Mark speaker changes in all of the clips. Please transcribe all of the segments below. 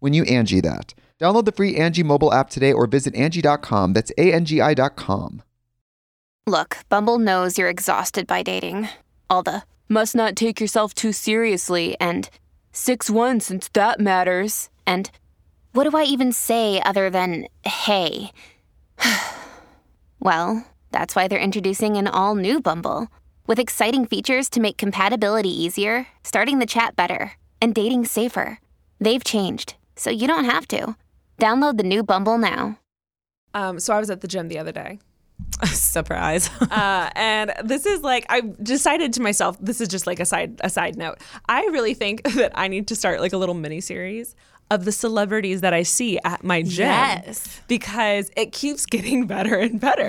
Speaker 1: when you Angie that. Download the free Angie mobile app today or visit Angie.com. That's A-N-G-I dot com.
Speaker 2: Look, Bumble knows you're exhausted by dating. All the must not take yourself too seriously and 6 1 since that matters. And what do I even say other than hey? well, that's why they're introducing an all new Bumble with exciting features to make compatibility easier, starting the chat better, and dating safer. They've changed, so you don't have to. Download the new Bumble now.
Speaker 3: Um, so I was at the gym the other day,
Speaker 4: Surprise.
Speaker 3: uh, and this is like I decided to myself. This is just like a side a side note. I really think that I need to start like a little mini series of the celebrities that I see at my gym.
Speaker 4: Yes.
Speaker 3: because it keeps getting better and better.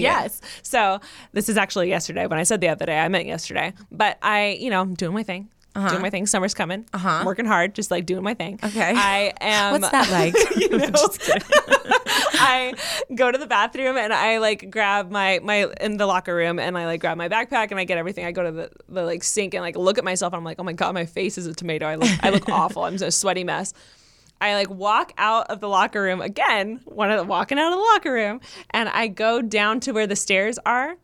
Speaker 3: yes. So this is actually yesterday. When I said the other day, I meant yesterday. But I, you know, I'm doing my thing.
Speaker 4: Uh-huh.
Speaker 3: Doing my thing. Summer's coming. Uh-huh. Working hard, just like doing my thing.
Speaker 4: Okay.
Speaker 3: I am.
Speaker 4: What's that like?
Speaker 3: Um, you know, I go to the bathroom and I like grab my my in the locker room and I like grab my backpack and I get everything. I go to the, the like sink and like look at myself. And I'm like, oh my god, my face is a tomato. I look I look awful. I'm a sweaty mess. I like walk out of the locker room again. One of the walking out of the locker room and I go down to where the stairs are.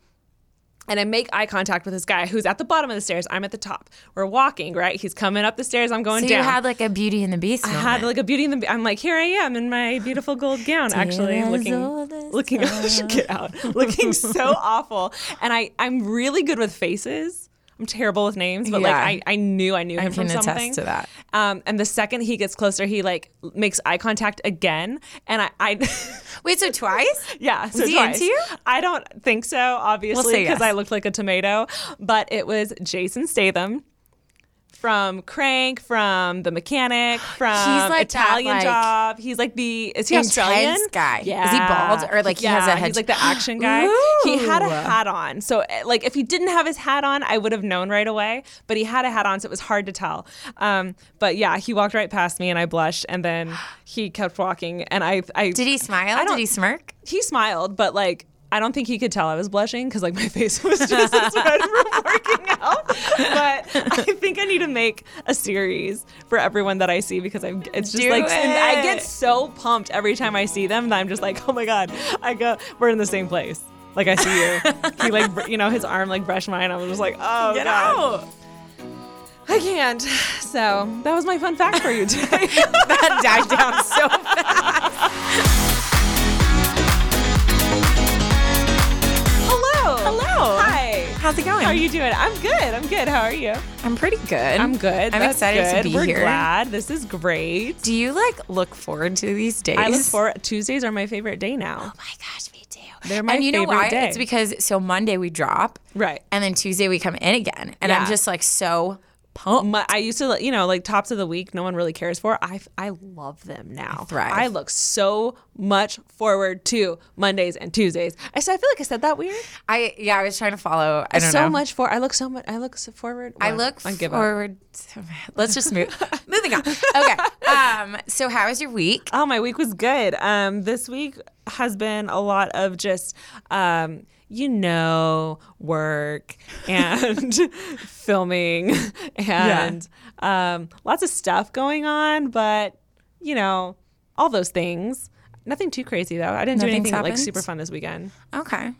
Speaker 3: And I make eye contact with this guy who's at the bottom of the stairs. I'm at the top. We're walking, right? He's coming up the stairs. I'm going
Speaker 4: So you
Speaker 3: down.
Speaker 4: had like a Beauty and the Beast.
Speaker 3: I
Speaker 4: Moment.
Speaker 3: had like a Beauty and the Be- I'm like, here I am in my beautiful gold gown, actually
Speaker 4: as old as
Speaker 3: looking, looking, get out, looking so awful. And I, I'm really good with faces. I'm terrible with names, but
Speaker 4: Yeah.
Speaker 3: like I, I knew I knew him
Speaker 4: I
Speaker 3: from
Speaker 4: can attest
Speaker 3: something.
Speaker 4: to that.
Speaker 3: Um, and the second he gets closer, he like makes eye contact again, and I, I
Speaker 4: Wait, so twice?
Speaker 3: Yeah, so
Speaker 4: he
Speaker 3: twice.
Speaker 4: into you?
Speaker 3: I don't think so, obviously,
Speaker 4: say
Speaker 3: because
Speaker 4: yes.
Speaker 3: I looked like a tomato. But it was Jason Statham from Crank, from The Mechanic, from
Speaker 4: like that,
Speaker 3: Italian
Speaker 4: like,
Speaker 3: Job. He's like the is he Australian
Speaker 4: intense guy. Is he
Speaker 3: Yeah,
Speaker 4: bald or, like, he has
Speaker 3: Yeah,
Speaker 4: a hedge-
Speaker 3: He's like the action guy. He had a hat on, so eh, like if he didn't have his hat on, I would have known right away. But he had a hat on, so it was hard to tell. Um, but yeah, he walked right past me, and I blushed, and then he kept walking, and I, I
Speaker 4: Did he smile? Did
Speaker 3: don't-
Speaker 4: he smirk?
Speaker 3: he smiled, but like I don't think he could tell I was blushing because like my face was just as red from working out. But I think I need to make a series for everyone that I see because I'm it's just
Speaker 4: Do
Speaker 3: like and I
Speaker 4: it.
Speaker 3: get so pumped every time I see them and I'm just like oh my god I go we're in the same place like I see you he like br- you know his arm like brushed mine I was just like oh
Speaker 4: Get
Speaker 3: god
Speaker 4: out.
Speaker 3: I can't so that was my fun fact for you today.
Speaker 4: That died down so fast.
Speaker 3: Hello
Speaker 4: Hello.
Speaker 3: hi.
Speaker 4: How's it going?
Speaker 3: How are you doing? I'm good. I'm good. How are you?
Speaker 4: I'm pretty good.
Speaker 3: I'm good.
Speaker 4: I'm
Speaker 3: That's
Speaker 4: excited
Speaker 3: good.
Speaker 4: to be
Speaker 3: We're
Speaker 4: here.
Speaker 3: glad. This is great.
Speaker 4: Do you like look forward to these days?
Speaker 3: I look forward. Tuesdays are my favorite day now.
Speaker 4: Oh my gosh, me too.
Speaker 3: They're my
Speaker 4: and you
Speaker 3: favorite
Speaker 4: know why?
Speaker 3: day.
Speaker 4: It's because so Monday we drop,
Speaker 3: Right.
Speaker 4: And then Tuesday we come in again, and
Speaker 3: Yeah.
Speaker 4: I'm just like so pumped.
Speaker 3: My, I used to, like, you know, like tops of the week, no one really cares for. I, I love them now. I,
Speaker 4: thrive.
Speaker 3: look so much forward to Mondays and Tuesdays. I so I feel like I said that weird.
Speaker 4: I yeah, I was trying to follow. I don't
Speaker 3: so
Speaker 4: know.
Speaker 3: much for. I look so much. I look so forward.
Speaker 4: I
Speaker 3: Well,
Speaker 4: look
Speaker 3: I give up.
Speaker 4: forward. To, let's just move. Moving on. Okay. Um. So how was your week?
Speaker 3: Oh, my week was good. Um, this week has been a lot of just, um, you know, work and filming and um, lots of stuff going on, but, you know, all those things. Nothing too crazy though. I didn't do
Speaker 4: Nothing's
Speaker 3: anything like
Speaker 4: happened?
Speaker 3: super fun this weekend.
Speaker 4: Okay.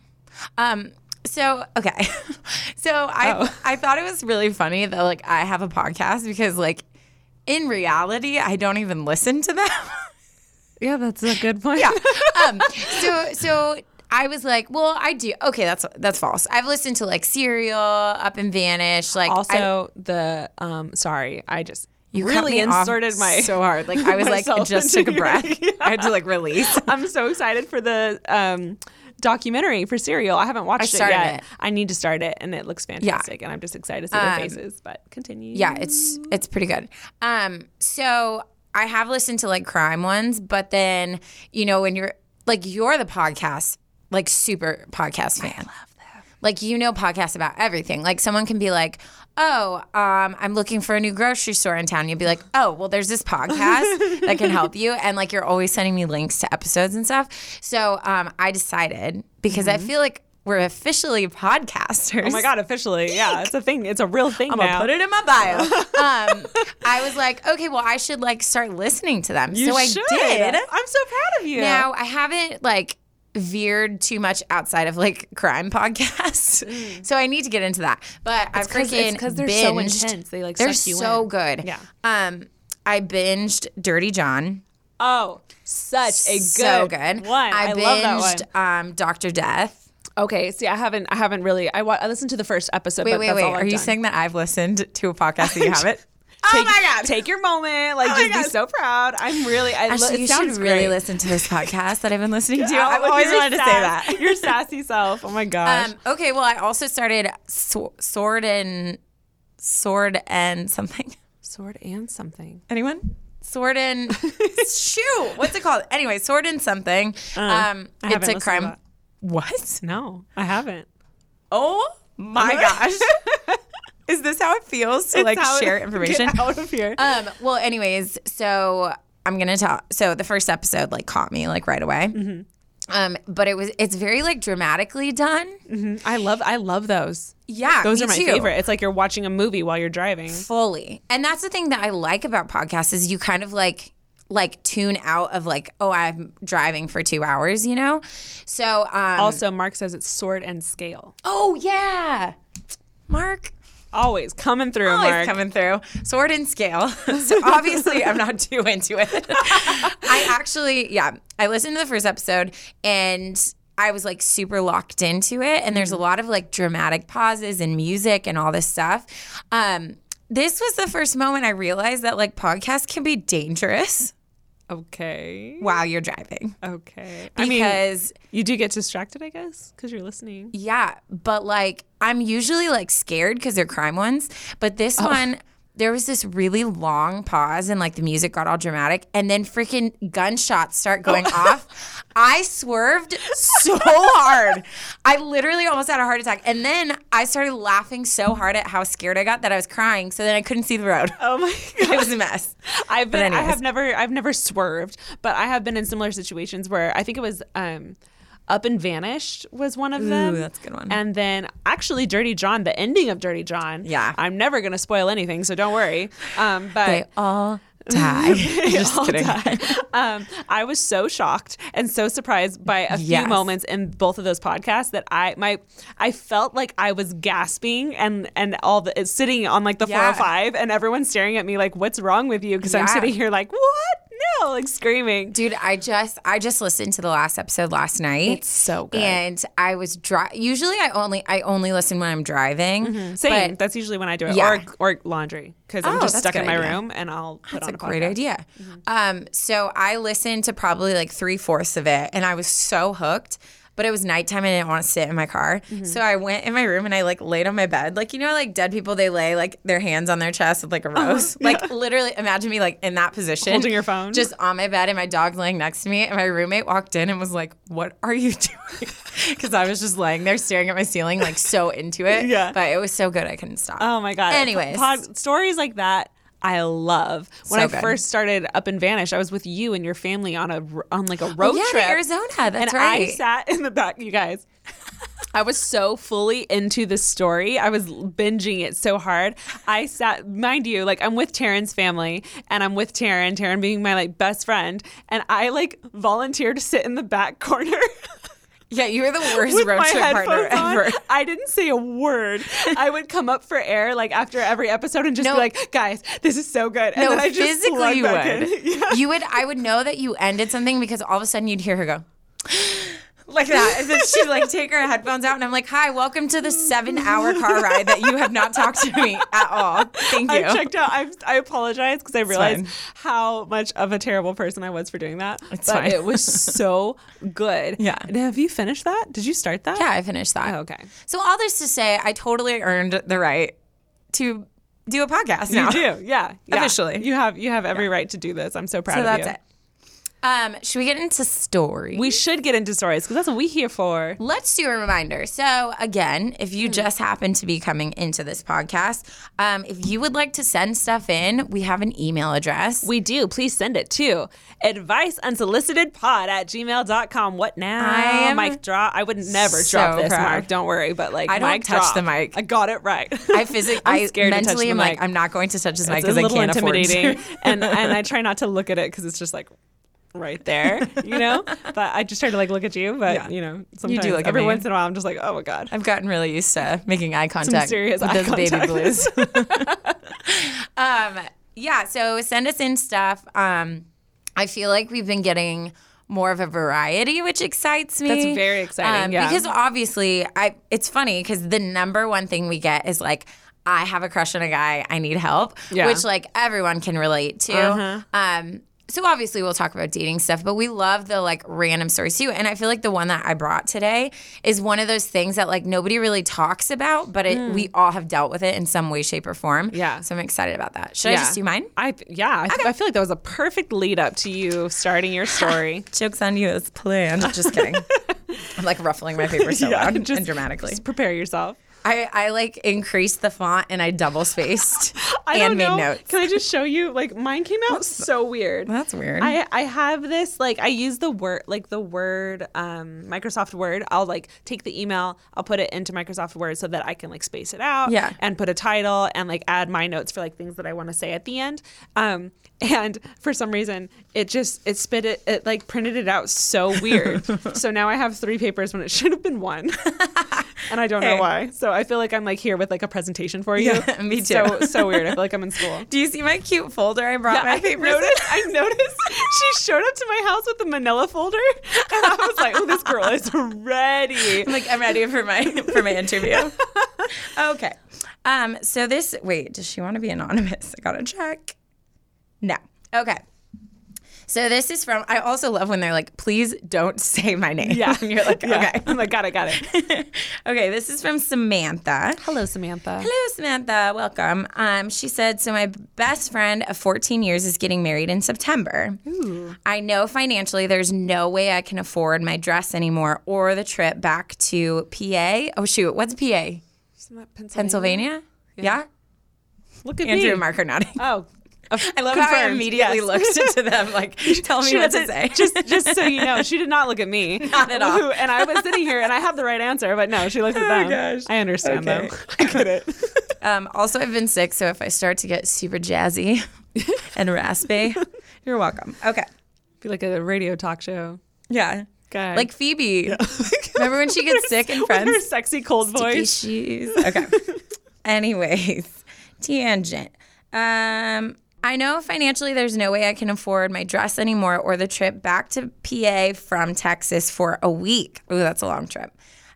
Speaker 4: Um. So okay. so I
Speaker 3: Oh.
Speaker 4: I thought it was really funny that like I have a podcast because like in reality I don't even listen to them.
Speaker 3: Yeah, that's a good point.
Speaker 4: yeah. Um, so so I was like, well, I do. Okay, that's that's false. I've listened to like Serial, Up and Vanish, like I-
Speaker 3: also the um sorry i just
Speaker 4: you cut
Speaker 3: really
Speaker 4: me off
Speaker 3: inserted my
Speaker 4: so hard. Like I was like
Speaker 3: myself
Speaker 4: just
Speaker 3: into
Speaker 4: took a
Speaker 3: your-
Speaker 4: breath.
Speaker 3: Yeah.
Speaker 4: I had to like release.
Speaker 3: i'm so excited for the um documentary for serial i haven't watched it
Speaker 4: started
Speaker 3: yet
Speaker 4: it. Um,
Speaker 3: i need to start it and it looks fantastic and i'm just excited to see their faces but continue Oh
Speaker 4: Yeah, it's it's pretty good. Um, so I have listened to like crime ones, but then you know when you're like you're the podcast like super podcast fan. I love them. Like you know podcasts about everything. Like someone can be like, "Oh, um, I'm looking for a new grocery store in town." You'd be like, "Oh, well, there's this podcast that can help you," and like you're always sending me links to episodes and stuff. So um, I decided because I feel like we're officially podcasters.
Speaker 3: oh my god officially yeah it's a thing it's a real thing
Speaker 4: I'm
Speaker 3: now
Speaker 4: gonna put it in my bio. um, I was like, okay, well, I should like start listening to them.
Speaker 3: you
Speaker 4: so
Speaker 3: should.
Speaker 4: I did.
Speaker 3: i'm so proud of you
Speaker 4: Now I haven't like veered too much outside of like crime podcasts, so I need to get into that. But I've
Speaker 3: 'cause-
Speaker 4: freaking
Speaker 3: Mm. it's 'cause they're so
Speaker 4: binged-
Speaker 3: intense. They, like,
Speaker 4: they're
Speaker 3: suck you
Speaker 4: so
Speaker 3: in.
Speaker 4: good.
Speaker 3: Yeah.
Speaker 4: Um, I binged Dirty John.
Speaker 3: oh such a good
Speaker 4: so good.
Speaker 3: one
Speaker 4: I,
Speaker 3: i,
Speaker 4: binged
Speaker 3: love that one
Speaker 4: um Doctor Death.
Speaker 3: okay see i haven't i haven't really i, wa- I listened to the first episode
Speaker 4: Wait,
Speaker 3: but
Speaker 4: wait,
Speaker 3: that's
Speaker 4: wait.
Speaker 3: all
Speaker 4: Are
Speaker 3: I've
Speaker 4: you
Speaker 3: done.
Speaker 4: saying that I've listened to a podcast that you haven't?
Speaker 3: take, oh my god! Take your moment,
Speaker 4: Oh
Speaker 3: like just be so proud. I'm really. I lo-
Speaker 4: Actually,
Speaker 3: it
Speaker 4: you
Speaker 3: sounds
Speaker 4: should really
Speaker 3: great.
Speaker 4: listen to this podcast that I've been listening to.
Speaker 3: Out
Speaker 4: I've
Speaker 3: with
Speaker 4: always
Speaker 3: your
Speaker 4: wanted to say
Speaker 3: oh, sass-
Speaker 4: that.
Speaker 3: your sassy self. Oh my gosh.
Speaker 4: Um, okay, well, I also started sw- sword and sword and something.
Speaker 3: Sword and something.
Speaker 4: Anyone? Sword and shoot, what's it called? Anyway, sword and something.
Speaker 3: I
Speaker 4: um,
Speaker 3: haven't
Speaker 4: it's a
Speaker 3: listened to
Speaker 4: crime.
Speaker 3: that.
Speaker 4: What?
Speaker 3: No, I haven't.
Speaker 4: Oh my gosh! Is this how it feels to like
Speaker 3: It's out-
Speaker 4: share information?
Speaker 3: Get out of here.
Speaker 4: Um, well, anyways, so I'm gonna talk. So the first episode like caught me like right away. Um, but it was it's very like dramatically done.
Speaker 3: I love. I love those.
Speaker 4: Yeah,
Speaker 3: Those
Speaker 4: Um,
Speaker 3: are my
Speaker 4: me too. Mm.
Speaker 3: favorite. It's like you're watching a movie while you're driving.
Speaker 4: fully and that's the thing that i like about podcasts is you kind of like like tune out of like oh i'm driving for two hours you know so um
Speaker 3: Also, Mark says it's sword and scale.
Speaker 4: oh yeah mark
Speaker 3: Always coming through,
Speaker 4: always
Speaker 3: Mark.
Speaker 4: coming through sword and scale so obviously i'm not too into it i actually yeah i listened to the first episode and i was like super locked into it and there's a lot of like dramatic pauses and music and all this stuff um this was the first moment i realized that like podcasts can be dangerous
Speaker 3: Okay.
Speaker 4: while you're driving
Speaker 3: Okay. I mean,
Speaker 4: because
Speaker 3: you do get distracted, I guess, because you're listening.
Speaker 4: yeah but like i'm usually like scared because they're crime ones but this
Speaker 3: Oh.
Speaker 4: one there was this really long pause and like the music got all dramatic and then freaking gunshots start
Speaker 3: Oh.
Speaker 4: going off i swerved so hard i literally almost had a heart attack and then i started laughing so hard at how scared i got that i was crying so then i couldn't see the road
Speaker 3: Oh my
Speaker 4: it was a mess
Speaker 3: I've been, I
Speaker 4: anyways.
Speaker 3: have never, I've never swerved, but I have been in similar situations where I think it was um, Up and Vanished was one of them.
Speaker 4: that's a good one.
Speaker 3: And then actually, Dirty John, the ending of Dirty John.
Speaker 4: Yeah.
Speaker 3: I'm never gonna spoil anything, so don't worry. Um, but
Speaker 4: they all died just
Speaker 3: all
Speaker 4: kidding
Speaker 3: died. Um, I was so shocked and so surprised by a few
Speaker 4: Yes.
Speaker 3: moments in both of those podcasts that I my I felt like I was gasping and and all the it's sitting on like the
Speaker 4: Yeah.
Speaker 3: 405 and everyone staring at me like what's wrong with you because I'm
Speaker 4: Yeah.
Speaker 3: sitting here like what no like screaming
Speaker 4: Dude, I just I just listened to the last episode last night.
Speaker 3: It's so good.
Speaker 4: And I was dri Usually, I only I only listen when I'm driving.
Speaker 3: same
Speaker 4: But
Speaker 3: that's usually when I do it
Speaker 4: Yeah.
Speaker 3: or or laundry because
Speaker 4: Oh,
Speaker 3: I'm just
Speaker 4: that's
Speaker 3: stuck
Speaker 4: a
Speaker 3: in
Speaker 4: good
Speaker 3: my
Speaker 4: idea.
Speaker 3: room and I'll put
Speaker 4: that's
Speaker 3: on
Speaker 4: a great
Speaker 3: podcast. Mm-hmm.
Speaker 4: idea. Um, so I listened to probably like three fourths of it, and I was so hooked. But it was nighttime, and I didn't want to sit in my car.
Speaker 3: Mm-hmm.
Speaker 4: So I went in my room and I like laid on my bed, like you know, like dead people they lay like their hands on their chest with like a rose. Like literally, imagine me like in that position,
Speaker 3: Uh-huh. Holding your phone.
Speaker 4: just on my bed, and my dog laying next to me. And my roommate walked in and was like, "What are you doing?" Because I was just laying there staring at my ceiling, like so into it.
Speaker 3: Yeah.
Speaker 4: But it was so good, I couldn't stop.
Speaker 3: Oh my god.
Speaker 4: Anyways,
Speaker 3: pod, stories like that I love. When
Speaker 4: So
Speaker 3: I
Speaker 4: good.
Speaker 3: first started up and vanished, I was with you and your family on a r- on like a road
Speaker 4: Oh, yeah, to
Speaker 3: trip.
Speaker 4: Arizona, that's
Speaker 3: and I
Speaker 4: right.
Speaker 3: sat in the back, you guys. I was so fully into the story. I was binging it so hard. I sat, mind you, like I'm with Taryn's family and I'm with Taryn, Taryn being my like best friend. And I like volunteered to sit in the back corner.
Speaker 4: yeah, you were the worst
Speaker 3: with
Speaker 4: road
Speaker 3: my
Speaker 4: trip partner
Speaker 3: headphones on.
Speaker 4: ever.
Speaker 3: I didn't say a word. I would come up for air like after every episode and just
Speaker 4: No.
Speaker 3: be like, guys, this is so good. And
Speaker 4: no,
Speaker 3: then I just
Speaker 4: physically
Speaker 3: slunk
Speaker 4: you
Speaker 3: back
Speaker 4: would.
Speaker 3: in. Yeah.
Speaker 4: You would. I would know that you ended something because all of a sudden you'd hear her go. Like that, and then she'd like take her headphones out, and I'm like, "Hi, welcome to the seven-hour car ride that you have not talked to me at all. Thank you."
Speaker 3: I checked out. I, I apologize because I realized
Speaker 4: fine.
Speaker 3: how much of a terrible person I was for doing that.
Speaker 4: It's
Speaker 3: but
Speaker 4: fine.
Speaker 3: It was so good.
Speaker 4: Yeah.
Speaker 3: And have you finished that? Did you start that?
Speaker 4: yeah, I finished that.
Speaker 3: Oh, okay.
Speaker 4: So all this to say, I totally earned the right to do a podcast now.
Speaker 3: You do. Yeah. yeah.
Speaker 4: Officially.
Speaker 3: You have you have every right to do this. I'm so proud
Speaker 4: So
Speaker 3: of
Speaker 4: that's
Speaker 3: you.
Speaker 4: it. Um, should we get into story?
Speaker 3: We should get into stories because that's what we here for.
Speaker 4: Let's do a reminder. So, again, if
Speaker 3: Hmm.
Speaker 4: you just happen to be coming into this podcast, um, if you would like to send stuff in, we have an email address.
Speaker 3: We do. Please send it to advice unsolicited pod at gmail.com. What now?
Speaker 4: I am
Speaker 3: Mike drop. I would never
Speaker 4: so
Speaker 3: drop this,
Speaker 4: proud.
Speaker 3: Mark. Don't worry. But like,
Speaker 4: I don't
Speaker 3: mic
Speaker 4: touch
Speaker 3: drop.
Speaker 4: the mic.
Speaker 3: I got it right.
Speaker 4: I physically,
Speaker 3: I'm
Speaker 4: I
Speaker 3: scared to touch
Speaker 4: mentally
Speaker 3: the
Speaker 4: am like,
Speaker 3: mic.
Speaker 4: I'm not going to touch this mic
Speaker 3: it's a
Speaker 4: because I
Speaker 3: little
Speaker 4: can't afford
Speaker 3: intimidating,
Speaker 4: to.
Speaker 3: and and I try not to look at it because it's just like right there, you know. But I just try to like look at you, but
Speaker 4: Yeah.
Speaker 3: you know,
Speaker 4: do
Speaker 3: sometimes
Speaker 4: look at
Speaker 3: every
Speaker 4: me.
Speaker 3: once in a while, I'm just like, oh my god,
Speaker 4: I've gotten really used to making eye contact
Speaker 3: serious
Speaker 4: with
Speaker 3: eye
Speaker 4: those baby
Speaker 3: contact.
Speaker 4: blues. um, yeah, so send us in stuff. Um, I feel like we've been getting more of a variety, which excites me. Um,
Speaker 3: That's very exciting, yeah.
Speaker 4: Because obviously, I it's funny because the number one thing we get is like. I have a crush on a guy. I need help,
Speaker 3: Yeah. Uh-huh.
Speaker 4: which like everyone can relate to. Um, so obviously we'll talk about dating stuff, but we love the like random stories too. And I feel like the one that I brought today is one of those things that like nobody really talks about, but it, we all have dealt with it in some way, shape, or form.
Speaker 3: Hmm. Yeah.
Speaker 4: So I'm excited about that. Should I
Speaker 3: Yeah.
Speaker 4: just do mine?
Speaker 3: I yeah, I, th- I feel like that was a perfect lead up to you starting your story.
Speaker 4: Jokes on you as planned. Just kidding. I'm like ruffling my paper so
Speaker 3: Yeah,
Speaker 4: loud
Speaker 3: just-
Speaker 4: and dramatically.
Speaker 3: Just prepare yourself.
Speaker 4: I, I like increased the font and I double spaced
Speaker 3: I don't
Speaker 4: and made
Speaker 3: know.
Speaker 4: notes.
Speaker 3: Can I just show you? Like mine came out so weird.
Speaker 4: That's weird.
Speaker 3: I, I have this like I use the word like the word um, Microsoft Word. I'll like take the email, I'll put it into Microsoft Word so that I can like space it out
Speaker 4: Yeah.
Speaker 3: and put a title and like add my notes for like things that I want to say at the end. Um, and for some reason, it just it spit it it like printed it out so weird. so now I have three papers when it should have been one, and I don't
Speaker 4: Hey.
Speaker 3: know why. So I feel like I'm like here with like a presentation for you.
Speaker 4: Yeah, me too.
Speaker 3: So so weird. I feel like I'm in school.
Speaker 4: do you see my cute folder I brought
Speaker 3: I
Speaker 4: my papers? in?
Speaker 3: noticed. I noticed she showed up to my house with the Manila folder, and I was like, "Oh, this girl is ready."
Speaker 4: I'm like, I'm ready for my for my interview. okay. Um, so this wait, does she want to be anonymous? I gotta check. No. Okay. So this is from I also love when they're like, please don't say my name.
Speaker 3: Yeah,
Speaker 4: and you're like,
Speaker 3: Yeah.
Speaker 4: okay.
Speaker 3: I'm like, "Got it, got it."
Speaker 4: okay, this is from Samantha.
Speaker 3: Hello, Samantha.
Speaker 4: Hello, Samantha. Welcome. Um, she said, So, my best friend of 14 years is getting married in September. I know financially there's no way I can afford my dress anymore or the trip back to PA. Oh, shoot. What's PA?
Speaker 3: Isn't that
Speaker 4: Pennsylvania? Yeah.
Speaker 3: Look at
Speaker 4: Andrew
Speaker 3: me.
Speaker 4: and Mark are nodding.
Speaker 3: Oh,
Speaker 4: I love how I
Speaker 3: Confirmed,
Speaker 4: immediately
Speaker 3: yes.
Speaker 4: looked into them, like, tell me
Speaker 3: she
Speaker 4: what to
Speaker 3: wasn't.
Speaker 4: say.
Speaker 3: Just, just so you know, she did not look at Oh me. Not
Speaker 4: at all.
Speaker 3: And I was sitting here, and I have the right answer, but no, she looked at them.
Speaker 4: gosh.
Speaker 3: I understand
Speaker 4: Okay.
Speaker 3: though. I get it.
Speaker 4: Um, also, I've been sick, so if I start to get super jazzy and raspy, you're welcome. Okay.
Speaker 3: Be like a radio talk show
Speaker 4: Yeah.
Speaker 3: guy.
Speaker 4: Like Phoebe. Remember when she gets sick and
Speaker 3: With
Speaker 4: friends?
Speaker 3: her sexy cold voice.
Speaker 4: Species. Okay. Anyways, tangent. Um, I know financially there's no way I can afford my dress anymore or the trip back to PA from Texas for a week. Ooh, that's a long trip.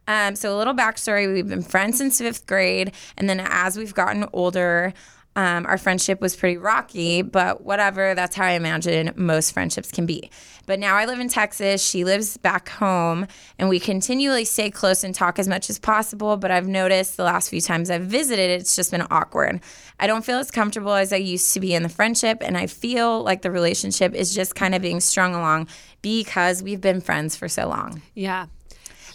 Speaker 4: Um, so a little backstory: we've been friends since fifth grade, and then as we've gotten older. Um, our friendship was pretty rocky, but whatever, that's how I imagine most friendships can be. But now I live in Texas, she lives back home, and we continually stay close and talk as much as possible. But I've noticed the last few times I've visited, it's just been awkward. I don't feel as comfortable as I used to be in the friendship, and I feel like the relationship is just kind of being strung along because we've been friends for so long.
Speaker 3: Yeah.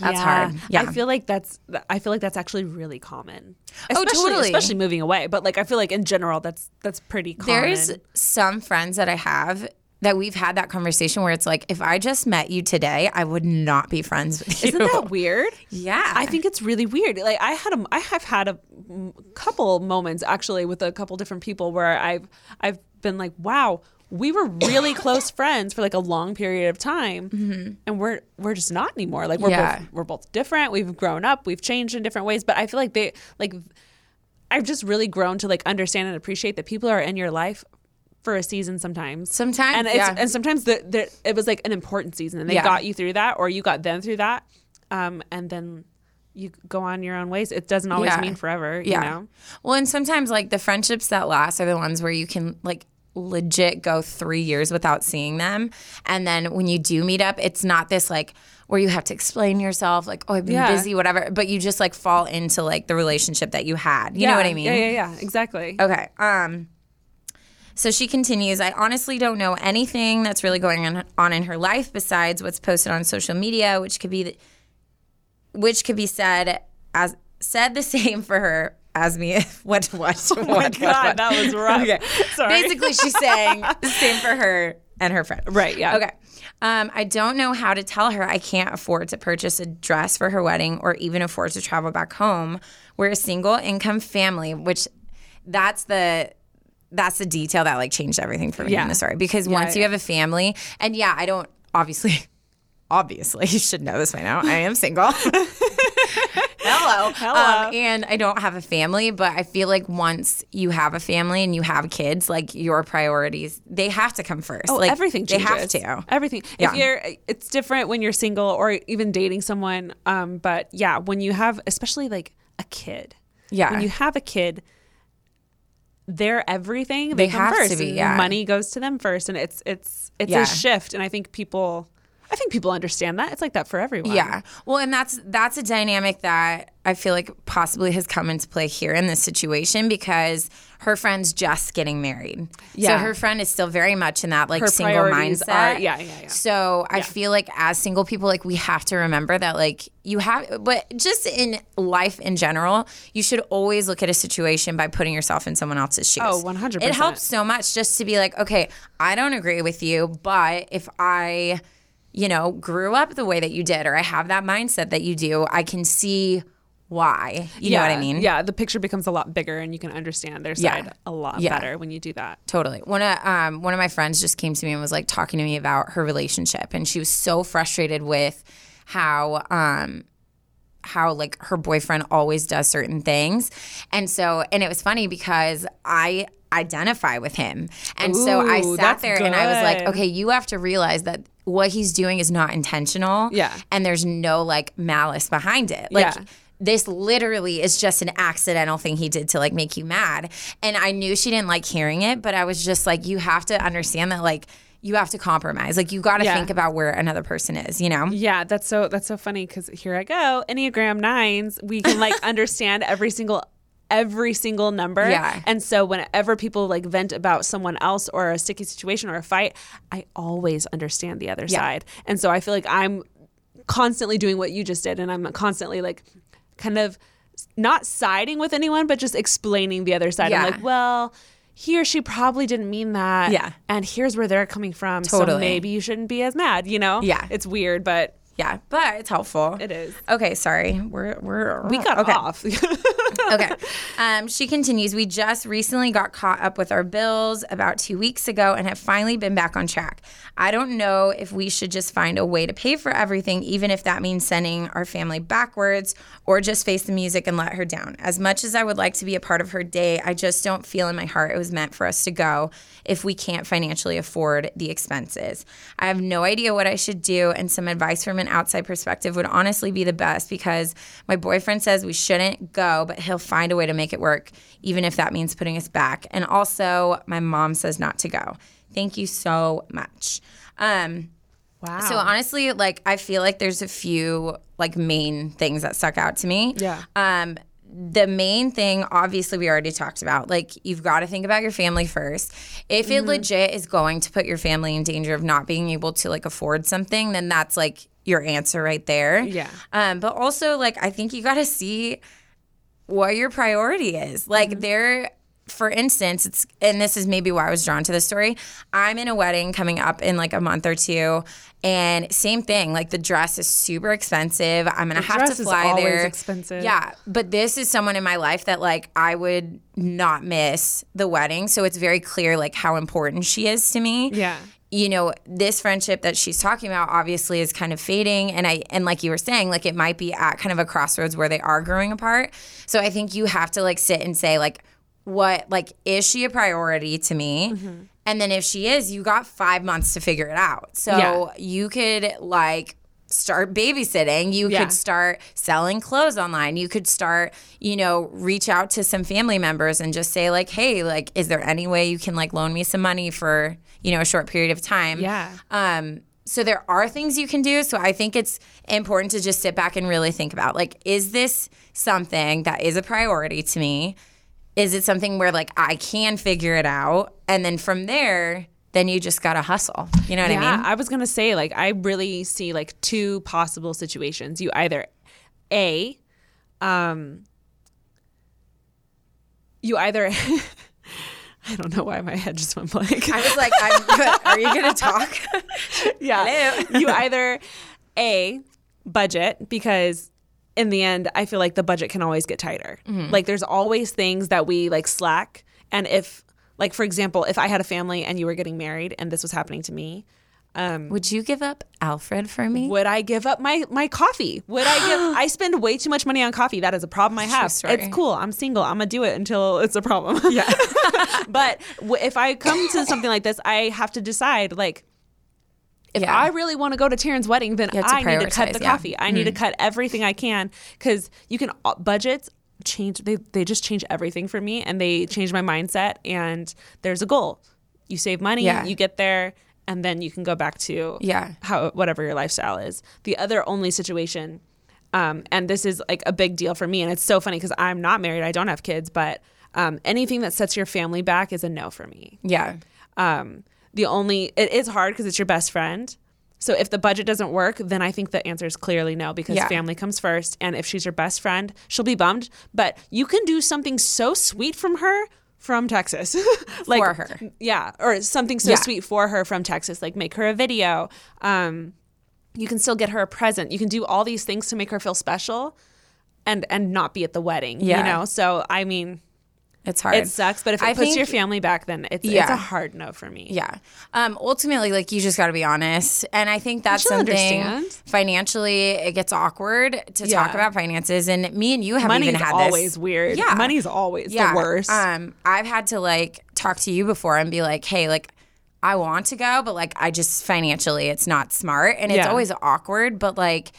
Speaker 4: That's
Speaker 3: Yeah.
Speaker 4: hard. Yeah.
Speaker 3: I feel like that's I feel like that's actually really common. Especially,
Speaker 4: Oh, totally.
Speaker 3: Especially moving away, but like I feel like in general that's that's pretty common.
Speaker 4: There's some friends that I have that we've had that conversation where it's like, if I just met you today, I would not be friends with you.
Speaker 3: Isn't that weird?
Speaker 4: yeah.
Speaker 3: I think it's really weird. Like I had a, I have had a m- couple moments actually with a couple different people where I've, I've been like, wow, we were really close friends for like a long period of time, and we're we're just not anymore. Like we're
Speaker 4: Mm-hmm. Yeah.
Speaker 3: both we're both different. We've grown up. We've changed in different ways. But I feel like they like, I've just really grown to like understand and appreciate that people are in your life for a season sometimes.
Speaker 4: Sometimes,
Speaker 3: and it's,
Speaker 4: yeah.
Speaker 3: and sometimes the, the it was like an important season, and they
Speaker 4: Yeah.
Speaker 3: got you through that, or you got them through that, um, and then you go on your own ways. It doesn't always
Speaker 4: Yeah.
Speaker 3: mean forever, you know.
Speaker 4: Well, and sometimes like the friendships that last are the ones where you can like legit go three years without seeing them. And then when you do meet up, it's not this like where you have to explain yourself, like, oh, I've been
Speaker 3: Yeah.
Speaker 4: busy, whatever. But you just like fall into like the relationship that you had. You know what I mean?
Speaker 3: Yeah, yeah, yeah, exactly.
Speaker 4: Okay. Um so she continues, I honestly don't know anything that's really going on, on in her life besides what's posted on social media, which could be the, which could be said as said the same for her as me. what what? Oh
Speaker 3: my God, that was rough. Sorry.
Speaker 4: Basically she's saying the same for her and her friend.
Speaker 3: Right, yeah.
Speaker 4: Okay. Um, I don't know how to tell her I can't afford to purchase a dress for her wedding or even afford to travel back home. We're a single income family, which that's the that's the detail that like changed everything for me in
Speaker 3: Yeah.
Speaker 4: the story because once you have a family and yeah, I don't obviously obviously you should know this by now. I am single. Hello. Hello. Um, and I don't have a family, but I feel like once you have a family and you have kids, like your priorities, they have to come first. like
Speaker 3: Oh, everything
Speaker 4: they
Speaker 3: changes.
Speaker 4: have to.
Speaker 3: Everything.
Speaker 4: Yeah.
Speaker 3: If you're, it's different when you're single or even dating someone. Um, but yeah, when you have, especially like a kid.
Speaker 4: Yeah.
Speaker 3: When you have a kid, they're everything. They,
Speaker 4: They
Speaker 3: come
Speaker 4: have to
Speaker 3: first.
Speaker 4: be,
Speaker 3: and
Speaker 4: yeah.
Speaker 3: Money goes to them first, and it's it's it's
Speaker 4: Yeah.
Speaker 3: a shift. And I think people, I think people understand that. It's like that for everyone.
Speaker 4: Yeah. Well, and that's that's a dynamic that I feel like possibly has come into play here in this situation because her friend's just getting married.
Speaker 3: Yeah.
Speaker 4: So her friend is still very much in that like
Speaker 3: Her
Speaker 4: single
Speaker 3: priorities
Speaker 4: mindset.
Speaker 3: are- yeah, yeah, yeah.
Speaker 4: So I feel like as single people, like we have to remember that like you have but just in life in general, you should always look at a situation by putting yourself in someone else's shoes.
Speaker 3: Oh, 100%.
Speaker 4: It helps so much just to be like, okay, I don't agree with you, but if I, you know, grew up the way that you did or I have that mindset that you do, I can see why. You know what I mean?
Speaker 3: Yeah, the picture becomes a lot bigger, and you can understand their
Speaker 4: Yeah.
Speaker 3: side a lot
Speaker 4: Yeah.
Speaker 3: better when you do that.
Speaker 4: Totally. One of um, one of my friends just came to me and was like talking to me about her relationship, and she was so frustrated with how um, how like her boyfriend always does certain things, and so and it was funny because I identify with him, and so I
Speaker 3: Ooh,
Speaker 4: sat
Speaker 3: that's
Speaker 4: there and I was like,
Speaker 3: good.
Speaker 4: okay, you have to realize that what he's doing is not intentional,
Speaker 3: Yeah.
Speaker 4: and there's no like malice behind it, like.
Speaker 3: Yeah.
Speaker 4: This literally is just an accidental thing he did to like make you mad. And I knew she didn't like hearing it, but I was just like, you have to understand that like you have to compromise. Like you got to
Speaker 3: Yeah.
Speaker 4: think about where another person is, you know?
Speaker 3: Yeah, that's so that's so funny because here I go Enneagram nines. We can like understand every single every single number.
Speaker 4: Yeah.
Speaker 3: And so whenever people like vent about someone else or a sticky situation or a fight, I always understand the other side. And so I feel like I'm constantly doing what you just did, and I'm constantly like kind of not siding with anyone, but just explaining the other side.
Speaker 4: Yeah.
Speaker 3: I'm like, well. He or she probably didn't mean that.
Speaker 4: Yeah.
Speaker 3: And here's where they're coming from. So
Speaker 4: Totally.
Speaker 3: maybe you shouldn't be as mad, you know?
Speaker 4: Yeah.
Speaker 3: It's weird, but
Speaker 4: Yeah, but it's helpful.
Speaker 3: It is.
Speaker 4: Okay, sorry. We're we're
Speaker 3: We got
Speaker 4: okay.
Speaker 3: off.
Speaker 4: okay. Um, she continues. We just recently got caught up with our bills about two weeks ago and have finally been back on track. I don't know if we should just find a way to pay for everything, even if that means sending our family backwards or just face the music and let her down. As much as I would like to be a part of her day, I just don't feel in my heart it was meant for us to go if we can't financially afford the expenses. I have no idea what I should do, and some advice from an outside perspective would honestly be the best because my boyfriend says we shouldn't go, but he'll find a way to make it work, even if that means putting us back. And also, my mom says not to go. Thank you so much. Um,
Speaker 3: wow.
Speaker 4: so honestly, like I feel like there's a few like main things that stuck out to me.
Speaker 3: Yeah.
Speaker 4: Um, the main thing, obviously, we already talked about. Like, you've got to think about your family first. If
Speaker 3: Mm-hmm.
Speaker 4: it legit is going to put your family in danger of not being able to like afford something, then that's like your answer right there.
Speaker 3: Yeah.
Speaker 4: Um, but also, like, I think you got to see what your priority is. Like
Speaker 3: Mm-hmm.
Speaker 4: there, for instance, it's and this is maybe why I was drawn to this story. I'm in a wedding coming up in like a month or two, and same thing. Like the dress is super expensive. I'm gonna have
Speaker 3: dress
Speaker 4: to
Speaker 3: is
Speaker 4: fly
Speaker 3: always
Speaker 4: there.
Speaker 3: expensive.
Speaker 4: Yeah, but this is someone in my life that like I would not miss the wedding. So it's very clear like how important she is to me
Speaker 3: Yeah.
Speaker 4: you know this friendship that she's talking about obviously is kind of fading and i and like you were saying like it might be at kind of a crossroads where they are growing apart so i think you have to like sit and say like what like is she a priority to me
Speaker 3: Mm-hmm.
Speaker 4: and then if she is you got five months to figure it out so
Speaker 3: Yeah.
Speaker 4: you could like start babysitting you
Speaker 3: Yeah.
Speaker 4: could start selling clothes online you could start you know reach out to some family members and just say like hey like is there any way you can like loan me some money for you know a short period of time
Speaker 3: Yeah.
Speaker 4: um so there are things you can do so i think it's important to just sit back and really think about like is this something that is a priority to me is it something where like i can figure it out and then from there then you just gotta hustle you know what i
Speaker 3: yeah,
Speaker 4: mean
Speaker 3: I was gonna say like I really see like two possible situations. You either a, um, you either I don't know why my head just went blank.
Speaker 4: I was like, I'm, are you going to talk?
Speaker 3: yeah, you either a budget because in the end I feel like the budget can always get tighter. Like there's always things that we like slack, and if like for example, if I had a family and you were getting married and this was happening to me,
Speaker 4: Would you give up Alfred for me?
Speaker 3: Would I give up my my coffee? Would I give? I spend way too much money on coffee. That is a problem I have.
Speaker 4: story.
Speaker 3: It's cool. I'm single. I'm gonna do it until it's a problem. Yeah. but w- if I come to something like this, I have to decide like. If
Speaker 4: Yeah.
Speaker 3: I really want to go to Taryn's wedding, then
Speaker 4: have to
Speaker 3: I need to cut
Speaker 4: prioritize,
Speaker 3: the
Speaker 4: yeah. Hmm.
Speaker 3: coffee. I need to cut everything I can because you can uh, budgets change. They they just change everything for me, and they change my mindset. And there's a goal. You save money,
Speaker 4: Yeah.
Speaker 3: you get there, and then you can go back to
Speaker 4: Yeah.
Speaker 3: how whatever your lifestyle is. The other only situation, um, and this is like a big deal for me, and it's so funny because I'm not married, I don't have kids, but um, anything that sets your family back is a no for me.
Speaker 4: Yeah.
Speaker 3: Um, the only it is hard because it's your best friend. So if the budget doesn't work, then I think the answer is clearly no because
Speaker 4: Yeah.
Speaker 3: family comes first. And if she's your best friend, she'll be bummed. But you can do something so sweet from her from Texas, like
Speaker 4: For her.
Speaker 3: yeah, or something so
Speaker 4: Yeah.
Speaker 3: sweet for her from Texas, like make her a video. Um, you can still get her a present. You can do all these things to make her feel special, and and not be at the wedding.
Speaker 4: Yeah.
Speaker 3: you know. So I mean,
Speaker 4: It's hard.
Speaker 3: it sucks, but if it
Speaker 4: I
Speaker 3: puts
Speaker 4: think-
Speaker 3: your family back, then it's it's
Speaker 4: Yeah.
Speaker 3: a hard no for me.
Speaker 4: Yeah. Um, ultimately, like you just got to be honest, and I think that's
Speaker 3: She'll
Speaker 4: something
Speaker 3: understand.
Speaker 4: financially it gets awkward to
Speaker 3: Yeah.
Speaker 4: talk about finances, and me and you haven't
Speaker 3: Money's
Speaker 4: even had
Speaker 3: always
Speaker 4: this.
Speaker 3: weird.
Speaker 4: Yeah.
Speaker 3: Money's always the worst.
Speaker 4: Um, I've had to like talk to you before and be like, hey, like I want to go, but like I just financially it's not smart, and it's
Speaker 3: Yeah.
Speaker 4: always awkward, but like.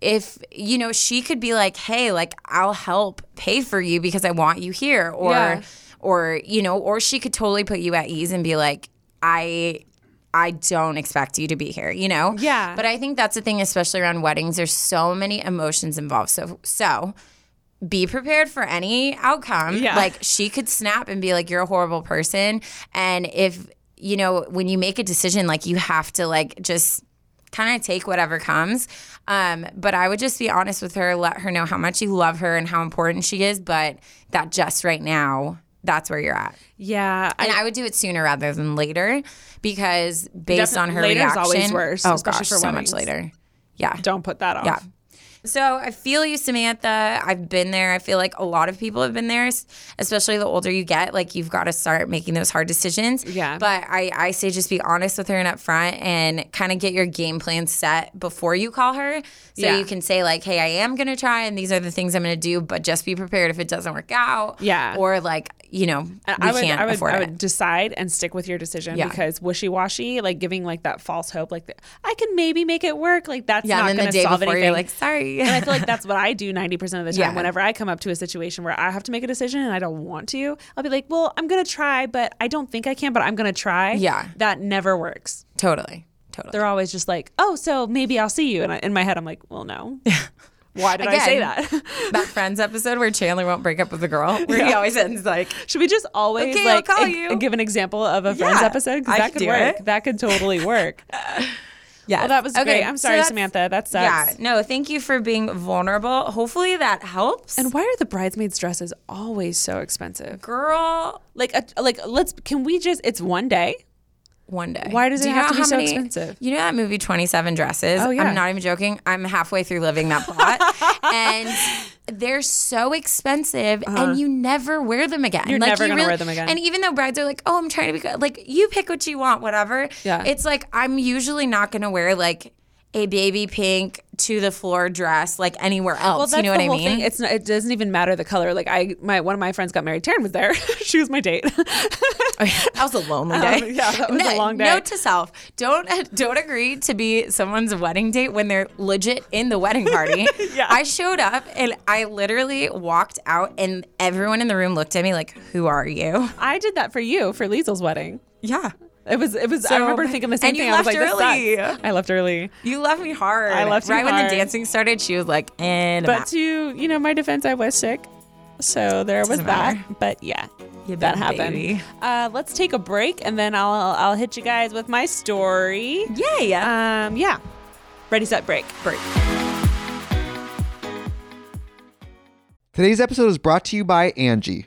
Speaker 4: If you know, she could be like, "Hey, like I'll help pay for you because I want you here," or,
Speaker 3: Yeah.
Speaker 4: or you know, or she could totally put you at ease and be like, "I, I don't expect you to be here," you know.
Speaker 3: Yeah.
Speaker 4: But I think that's the thing, especially around weddings. There's so many emotions involved. So, so be prepared for any outcome.
Speaker 3: Yeah.
Speaker 4: Like she could snap and be like, "You're a horrible person," and if you know when you make a decision, like you have to like just kind of take whatever comes. Um, but I would just be honest with her, let her know how much you love her and how important she is. But that just right now, that's where you're at.
Speaker 3: yeah, I,
Speaker 4: And I would do it sooner rather than later because based
Speaker 3: Definitely-
Speaker 4: on her
Speaker 3: later is
Speaker 4: reaction,
Speaker 3: always worse,
Speaker 4: oh
Speaker 3: especially
Speaker 4: gosh,
Speaker 3: for
Speaker 4: so much
Speaker 3: weddings.
Speaker 4: later. Yeah,
Speaker 3: don't put that off.
Speaker 4: yeah. So I feel you, Samantha. I've been there. I feel like a lot of people have been there, s- especially the older you get. Like you've got to start making those hard decisions.
Speaker 3: Yeah.
Speaker 4: But I, I say just be honest with her and upfront and kind of get your game plan set before you call her. So
Speaker 3: Yeah.
Speaker 4: you can say, like, hey, I am going to try and these are the things I'm going to do, but just be prepared if it doesn't work out.
Speaker 3: Yeah.
Speaker 4: Or like, you know, we
Speaker 3: I would,
Speaker 4: can't
Speaker 3: I would,
Speaker 4: afford
Speaker 3: I
Speaker 4: it.
Speaker 3: would decide and stick with your decision
Speaker 4: Yeah.
Speaker 3: because wishy washy, like giving like that false hope, like that I can maybe make it work, like that's
Speaker 4: yeah.
Speaker 3: not
Speaker 4: And
Speaker 3: going
Speaker 4: then the
Speaker 3: to
Speaker 4: day
Speaker 3: solve
Speaker 4: before
Speaker 3: anything.
Speaker 4: you're like, sorry.
Speaker 3: and I feel like that's what I do 90% of the time.
Speaker 4: Yeah.
Speaker 3: Whenever I come up to a situation where I have to make a decision and I don't want to, I'll be like, well, I'm going to try, but I don't think I can, but I'm going to try.
Speaker 4: Yeah.
Speaker 3: That never works.
Speaker 4: totally. Totally.
Speaker 3: They're always just like, oh, so maybe I'll see you. And I, in my head, I'm like, well, no. Why did I say that?
Speaker 4: that Friends episode where Chandler won't break up with a girl, where he always ends like,
Speaker 3: Should we just always
Speaker 4: Okay, I'll
Speaker 3: like
Speaker 4: call
Speaker 3: e-
Speaker 4: you.
Speaker 3: give an example of a Friends
Speaker 4: Yeah,
Speaker 3: episode?
Speaker 4: I
Speaker 3: Because that
Speaker 4: could
Speaker 3: could,
Speaker 4: do
Speaker 3: work.
Speaker 4: it.
Speaker 3: That could totally work.
Speaker 4: yeah.
Speaker 3: Well, that was great. I'm sorry, Samantha. That sucks.
Speaker 4: Yeah, no, thank you for being vulnerable. Hopefully that helps.
Speaker 3: And why are the bridesmaids' dresses always so expensive?
Speaker 4: girl,
Speaker 3: Like, a, like let's can we just? It's one day.
Speaker 4: one day.
Speaker 3: Why does it
Speaker 4: Do you
Speaker 3: have
Speaker 4: know
Speaker 3: to be
Speaker 4: how
Speaker 3: so
Speaker 4: many-
Speaker 3: expensive?
Speaker 4: You know that movie Twenty Seven Dresses?
Speaker 3: Oh, yeah.
Speaker 4: I'm not even joking. I'm halfway through living that plot, and they're so expensive, and you never wear them again.
Speaker 3: Uh-huh. You're never gonna wear them again.
Speaker 4: And even though brides are like, "Oh, I'm trying to be good," like you pick what you want, whatever.
Speaker 3: Yeah.
Speaker 4: It's like I'm usually not gonna wear like a baby pink to the floor dress like anywhere else. you know what
Speaker 3: the
Speaker 4: I
Speaker 3: whole
Speaker 4: mean?
Speaker 3: Thing. It's not, it doesn't even matter the color. Like I, my one of my friends got married. Taryn was there. she was my date.
Speaker 4: That was a lonely
Speaker 3: Um,
Speaker 4: day.
Speaker 3: yeah, that was a
Speaker 4: No-
Speaker 3: long day.
Speaker 4: Note to self: don't don't agree to be someone's wedding date when they're legit in the wedding party.
Speaker 3: Yeah.
Speaker 4: I showed up and I literally walked out, and everyone in the room looked at me like, "Who are you?"
Speaker 3: I did that for you for Liesel's wedding.
Speaker 4: Yeah,
Speaker 3: It was. It was. I
Speaker 4: So-
Speaker 3: remember thinking the same
Speaker 4: and you
Speaker 3: thing. I was
Speaker 4: left
Speaker 3: like,
Speaker 4: early.
Speaker 3: This sucks. I left early.
Speaker 4: you left me hard.
Speaker 3: I left you
Speaker 4: right when
Speaker 3: hard.
Speaker 4: the dancing started. She was like, "And I'm
Speaker 3: But
Speaker 4: out."
Speaker 3: to you know, my defense, I was sick, so there was
Speaker 4: Doesn't
Speaker 3: that.
Speaker 4: matter.
Speaker 3: But yeah,
Speaker 4: You
Speaker 3: that
Speaker 4: big
Speaker 3: happened.
Speaker 4: baby.
Speaker 3: Uh, let's take a break, and then I'll I'll hit you guys with my story.
Speaker 4: yeah, yeah."
Speaker 3: Um, yeah. Ready, set, break.
Speaker 4: Break.
Speaker 1: Today's episode is brought to you by Angie.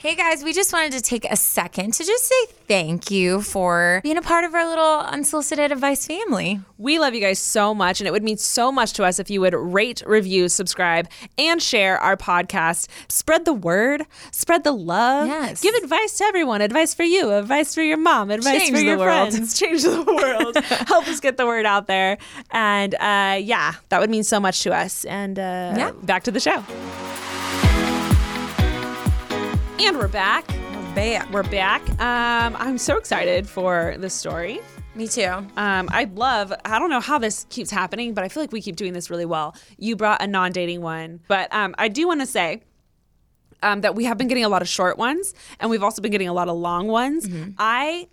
Speaker 4: Hey guys, we just wanted to take a second to just say thank you for being a part of our little unsolicited advice family.
Speaker 3: We love you guys so much, and it would mean so much to us if you would rate, review, subscribe, and share our podcast. Spread the word, spread the love.
Speaker 4: Yes.
Speaker 3: Give advice to everyone. Advice for you, advice for your mom, advice
Speaker 4: Change
Speaker 3: for
Speaker 4: the
Speaker 3: your
Speaker 4: world.
Speaker 3: friends. Change the world. Help us get the word out there. And uh, yeah, that would mean so much to us. And uh,
Speaker 4: Yeah.
Speaker 3: back to the show. And we're back. We're back. Um, I'm so excited for this story.
Speaker 4: Me too.
Speaker 3: Um, I love. I don't know how this keeps happening, but I feel like we keep doing this really well. You brought a non-dating one, but um, I do want to say um, that we have been getting a lot of short ones, and we've also been getting a lot of long ones.
Speaker 4: Mm-hmm.
Speaker 3: I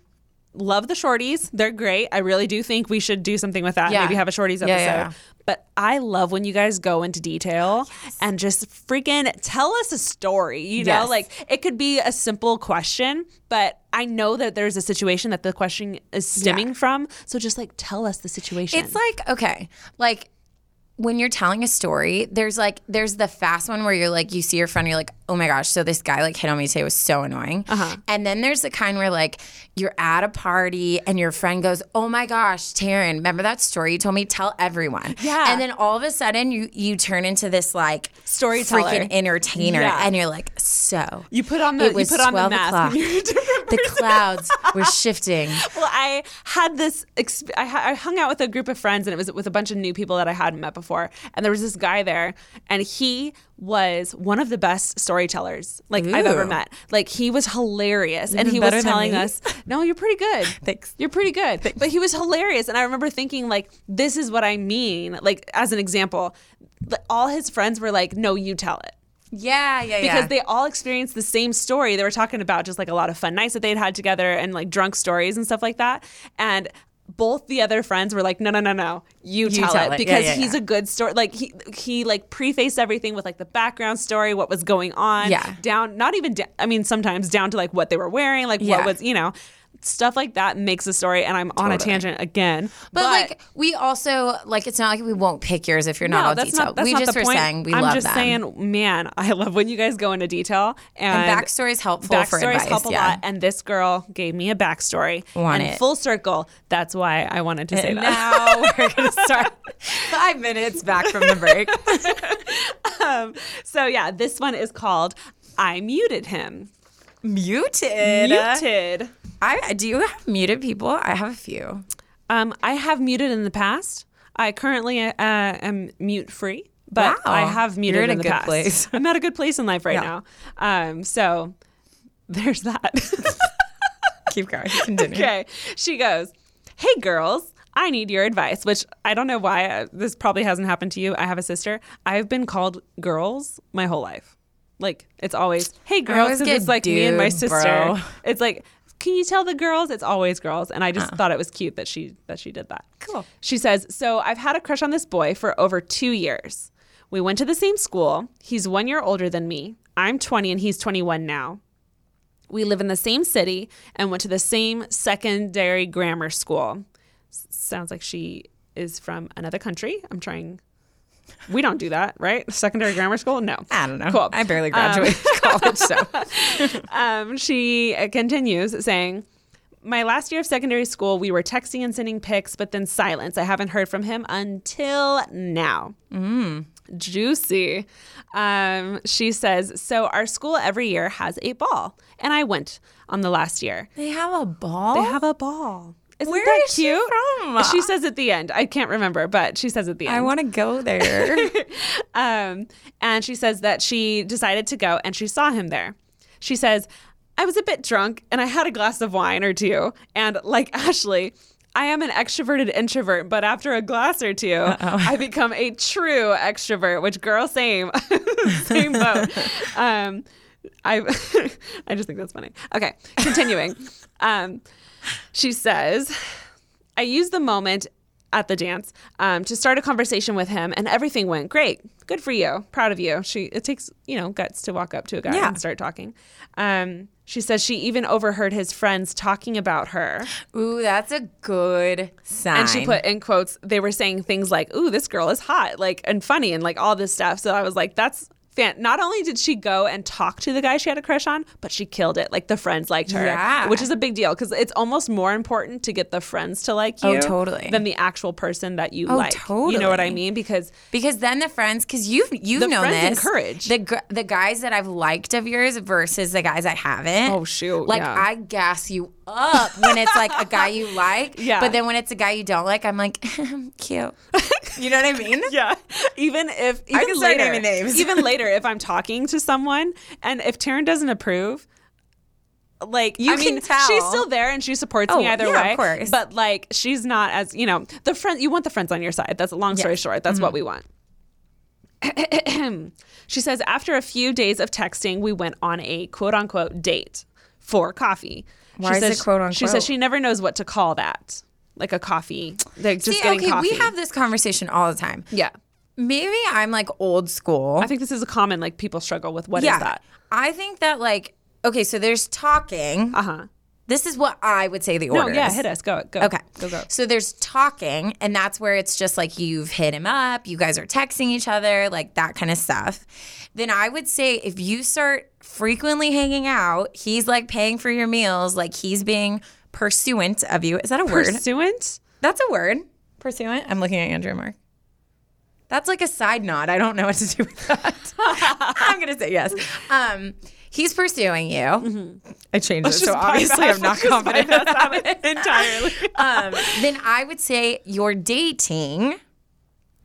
Speaker 3: love the shorties; they're great. I really do think we should do something with that.
Speaker 4: Yeah.
Speaker 3: Maybe have a shorties
Speaker 4: Yeah,
Speaker 3: episode.
Speaker 4: yeah, yeah.
Speaker 3: But I love when you guys go into detail and just freaking tell us a story. You know,
Speaker 4: Yes.
Speaker 3: like it could be a simple question, but I know that there's a situation that the question is stemming from. So just like tell us the situation.
Speaker 4: It's like, okay, like when you're telling a story, there's like there's the fast one where you're like you see your friend, you're like, oh my gosh, so this guy like hit on me today was so annoying.
Speaker 3: Uh-huh.
Speaker 4: And then there's the kind where like you're at a party and your friend goes, oh my gosh, Taryn, remember that story you told me? Tell everyone.
Speaker 3: Yeah.
Speaker 4: And then all of a sudden you you turn into this like
Speaker 3: Storyteller.
Speaker 4: freaking entertainer,
Speaker 3: Yeah.
Speaker 4: and you're like, so
Speaker 3: You put on the
Speaker 4: it was
Speaker 3: you put on the
Speaker 4: 12
Speaker 3: mask.
Speaker 4: o'clock.
Speaker 3: when you're different
Speaker 4: the clouds were shifting.
Speaker 3: Well, I had this. Exp- I, ha- I hung out with a group of friends, and it was with a bunch of new people that I hadn't met before. And there was this guy there, and he was one of the best storytellers like I've ever met. Like he was hilarious, and
Speaker 4: Even
Speaker 3: he was
Speaker 4: better than
Speaker 3: telling
Speaker 4: me?
Speaker 3: us, "No, you're pretty good.
Speaker 4: Thanks.
Speaker 3: You're pretty good." But he was hilarious, and I remember thinking, like, this is what I mean. Like as an example, like, all his friends were like, "No, you tell it."
Speaker 4: Yeah, yeah,
Speaker 3: because
Speaker 4: yeah.
Speaker 3: they all experienced the same story. They were talking about just like a lot of fun nights that they'd had together and like drunk stories and stuff like that. And both the other friends were like, no, no, no, no, you, tell,
Speaker 4: tell
Speaker 3: it,
Speaker 4: it. Yeah,
Speaker 3: because
Speaker 4: yeah,
Speaker 3: he's
Speaker 4: yeah.
Speaker 3: a good story. Like he he like prefaced everything with like the background story, what was going on,
Speaker 4: Yeah.
Speaker 3: down, not even da- I mean sometimes down to like what they were wearing, like
Speaker 4: Yeah.
Speaker 3: what was you know. Stuff like that makes a story, and I'm on a tangent again.
Speaker 4: But, like we also like it's not like we won't pick yours if you're not all detailed. we just were saying we
Speaker 3: I'm
Speaker 4: love
Speaker 3: just
Speaker 4: them.
Speaker 3: saying, man, I love when you guys go into detail and,
Speaker 4: And backstories helpful for
Speaker 3: backstories
Speaker 4: advice,
Speaker 3: help a
Speaker 4: yeah.
Speaker 3: lot. And this girl gave me a backstory.
Speaker 4: Want
Speaker 3: and
Speaker 4: it. Uh,
Speaker 3: full circle. That's why I wanted to say that.
Speaker 4: now we're gonna start five minutes back from the break.
Speaker 3: So yeah, this one is called "I Muted Him."
Speaker 4: Muted.
Speaker 3: Muted.
Speaker 4: I do you have muted people? I have a few.
Speaker 3: Um, I have muted in the past. I currently uh, am mute free, but
Speaker 4: Wow.
Speaker 3: I have muted
Speaker 4: You're in
Speaker 3: in, the
Speaker 4: a good
Speaker 3: past.
Speaker 4: place.
Speaker 3: I'm at a good place in life right
Speaker 4: Yeah.
Speaker 3: now. Um, so there's that.
Speaker 4: Keep going. Continue.
Speaker 3: Okay. She goes, Hey, girls, I need your advice, which I don't know why. uh, This probably hasn't happened to you. I have a sister. I've been called girls my whole life. Like, it's always, Hey, girls.
Speaker 4: always
Speaker 3: 'cause
Speaker 4: get
Speaker 3: it's like me and my
Speaker 4: dude,
Speaker 3: sister.
Speaker 4: bro.
Speaker 3: It's like, can you tell the girls? It's always girls, and I
Speaker 4: Uh.
Speaker 3: just thought it was cute that she that she did that. Cool. She says, "So I've had a crush on this boy for over two years. We went to the same school. He's one year older than me. I'm 20 and he's 21 now. We live in the same city and went to the same secondary grammar school. S- sounds like she is from another country. I'm trying. We don't do that, right? Secondary grammar school? No.
Speaker 4: I don't know.
Speaker 3: Cool.
Speaker 4: I barely graduated college, so
Speaker 3: Um, she uh, continues saying, My last year of secondary school, we were texting and sending pics, but then silence. I haven't heard from him until now. Juicy. Um, she says, So our school every year has a ball, and I went on the last year.
Speaker 4: they have a ball.
Speaker 3: They have a ball. Isn't
Speaker 4: Where
Speaker 3: that
Speaker 4: is she
Speaker 3: cute?
Speaker 4: from?
Speaker 3: She says at the end. I can't remember, but she says at the end.
Speaker 4: I want to go there.
Speaker 3: Um, and she says that she decided to go and she saw him there. She says, I was a bit drunk and I had a glass of wine or two. And like Ashley, I am an extroverted introvert, but after a glass or 2 I become a true extrovert, which girl, same, same boat. Um, I, I just think that's funny. Okay, continuing. Um, she says, I used the moment at the dance um, to start a conversation with him, and everything went great. Good for you. Proud of you. She it takes you know guts to walk up to a guy
Speaker 4: Yeah.
Speaker 3: and start talking. Um, she says she even overheard his friends talking about her,
Speaker 4: Ooh, that's a good sign.
Speaker 3: and she put in quotes. They were saying things like, "Ooh, this girl is hot," like and funny, and like all this stuff. So I was like, "That's." Fan. Not only did she go and talk to the guy she had a crush on, but she killed it. Like the friends liked her,
Speaker 4: Yeah.
Speaker 3: which is a big deal because it's almost more important to get the friends to like you,
Speaker 4: totally.
Speaker 3: than the actual person that you like. You know what I
Speaker 4: totally.
Speaker 3: mean? Because
Speaker 4: Because then the friends, because you've you've
Speaker 3: The
Speaker 4: known
Speaker 3: friends
Speaker 4: this,
Speaker 3: encourage.
Speaker 4: the gr- the guys that I've liked of yours versus the guys I haven't.
Speaker 3: Oh, shoot,
Speaker 4: Like
Speaker 3: yeah.
Speaker 4: I gas you up when it's like a guy you like,
Speaker 3: Yeah.
Speaker 4: But then when it's a guy you don't like, I'm like, cute. You know what I mean?
Speaker 3: yeah, even if even
Speaker 4: can start
Speaker 3: later,
Speaker 4: naming names.
Speaker 3: even later, if I'm talking to someone and if Taryn doesn't approve, like
Speaker 4: You
Speaker 3: I
Speaker 4: can
Speaker 3: mean,
Speaker 4: tell.
Speaker 3: she's still there and she supports me
Speaker 4: Oh,
Speaker 3: either
Speaker 4: yeah, of
Speaker 3: way.
Speaker 4: course.
Speaker 3: But like, she's not as you know the friend. You want the friends on your side. That's a long story short. That's what we want.
Speaker 4: Mm-hmm.
Speaker 3: She says, after a few days of texting, we went on a quote unquote date for coffee.
Speaker 4: Why
Speaker 3: she
Speaker 4: is
Speaker 3: says,
Speaker 4: it quote,
Speaker 3: She
Speaker 4: unquote?
Speaker 3: says she never knows what to call that. Like a coffee. Like just
Speaker 4: See,
Speaker 3: getting
Speaker 4: okay,
Speaker 3: coffee.
Speaker 4: we have this conversation all the time.
Speaker 3: Yeah.
Speaker 4: Maybe I'm like old school.
Speaker 3: I think this is a common like people struggle with What is that?
Speaker 4: I think that like okay, so there's talking,
Speaker 3: Uh huh.
Speaker 4: This is what I would say the
Speaker 3: No,
Speaker 4: order.
Speaker 3: yeah,
Speaker 4: is.
Speaker 3: hit us. Go, go.
Speaker 4: Okay.
Speaker 3: Go, go.
Speaker 4: So there's talking, and that's where it's just like you've hit him up, you guys are texting each other, like that kind of stuff. Then I would say if you start frequently hanging out, he's like paying for your meals, like he's being pursuant of you. Is that a word?
Speaker 3: Pursuant?
Speaker 4: That's a word. Pursuant. I'm looking at Andrew and Mark. That's like a side nod. I don't know what to do with that. I'm gonna say yes. Um, he's pursuing you.
Speaker 3: Mm-hmm.
Speaker 4: I changed it, so obviously I'm not confident.
Speaker 3: entirely.
Speaker 4: Um, then I would say you're dating.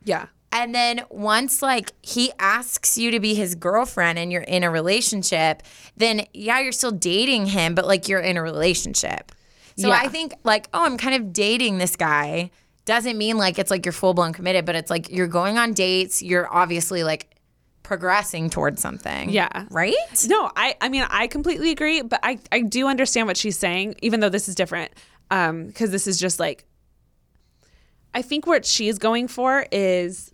Speaker 3: Yeah.
Speaker 4: And then once like he asks you to be his girlfriend and you're in a relationship, then yeah, you're still dating him, but like you're in a relationship. So I think like, oh, I'm kind of dating this guy doesn't mean like it's like you're full blown committed, but it's like you're going on dates, you're obviously like progressing towards something.
Speaker 3: Yeah.
Speaker 4: Right?
Speaker 3: No, I I mean I completely agree, but I I do understand what she's saying, even though this is different, um, because this is just like. I think what she's going for is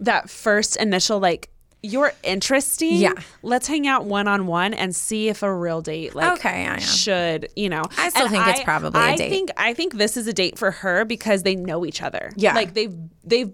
Speaker 3: that first initial like you're interesting.
Speaker 4: Yeah.
Speaker 3: let's hang out one on one and see if a real date like
Speaker 4: Okay, yeah, yeah.
Speaker 3: should you know.
Speaker 4: I still
Speaker 3: And
Speaker 4: think it's probably a
Speaker 3: I
Speaker 4: date.
Speaker 3: think I think this is a date for her because they know each other.
Speaker 4: Yeah.
Speaker 3: like they've they've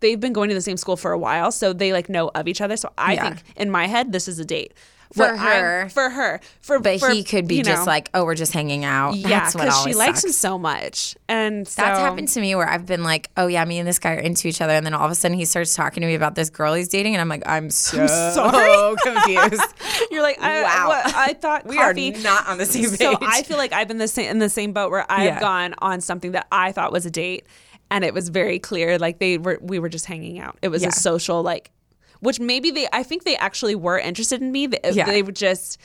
Speaker 3: they've been going to the same school for a while, so they like know of each other. So I
Speaker 4: Yeah.
Speaker 3: think in my head, this is a date
Speaker 4: For
Speaker 3: What I'm-
Speaker 4: her.
Speaker 3: For her. For
Speaker 4: But
Speaker 3: for,
Speaker 4: he could be
Speaker 3: you
Speaker 4: just
Speaker 3: know,
Speaker 4: like, oh, we're just hanging out.
Speaker 3: yeah,
Speaker 4: That's what
Speaker 3: because she
Speaker 4: always
Speaker 3: likes
Speaker 4: sucks.
Speaker 3: him so much, and so,
Speaker 4: That's happened to me where I've been like, oh yeah, me and this guy are into each other, and then all of a sudden he starts talking to me about this girl he's dating, and I'm like, I'm so
Speaker 3: sorry.
Speaker 4: confused.
Speaker 3: You're like, I,
Speaker 4: Wow.
Speaker 3: what- I thought
Speaker 4: we
Speaker 3: coffee-
Speaker 4: are not on the same page.
Speaker 3: So I feel like I've been the same in the same boat where I've
Speaker 4: Yeah.
Speaker 3: gone on something that I thought was a date, and it was very clear like they were we were just hanging out. It was
Speaker 4: Yeah.
Speaker 3: a social like, which maybe they I think they actually were interested in me. They, uh,
Speaker 4: Yeah.
Speaker 3: they would just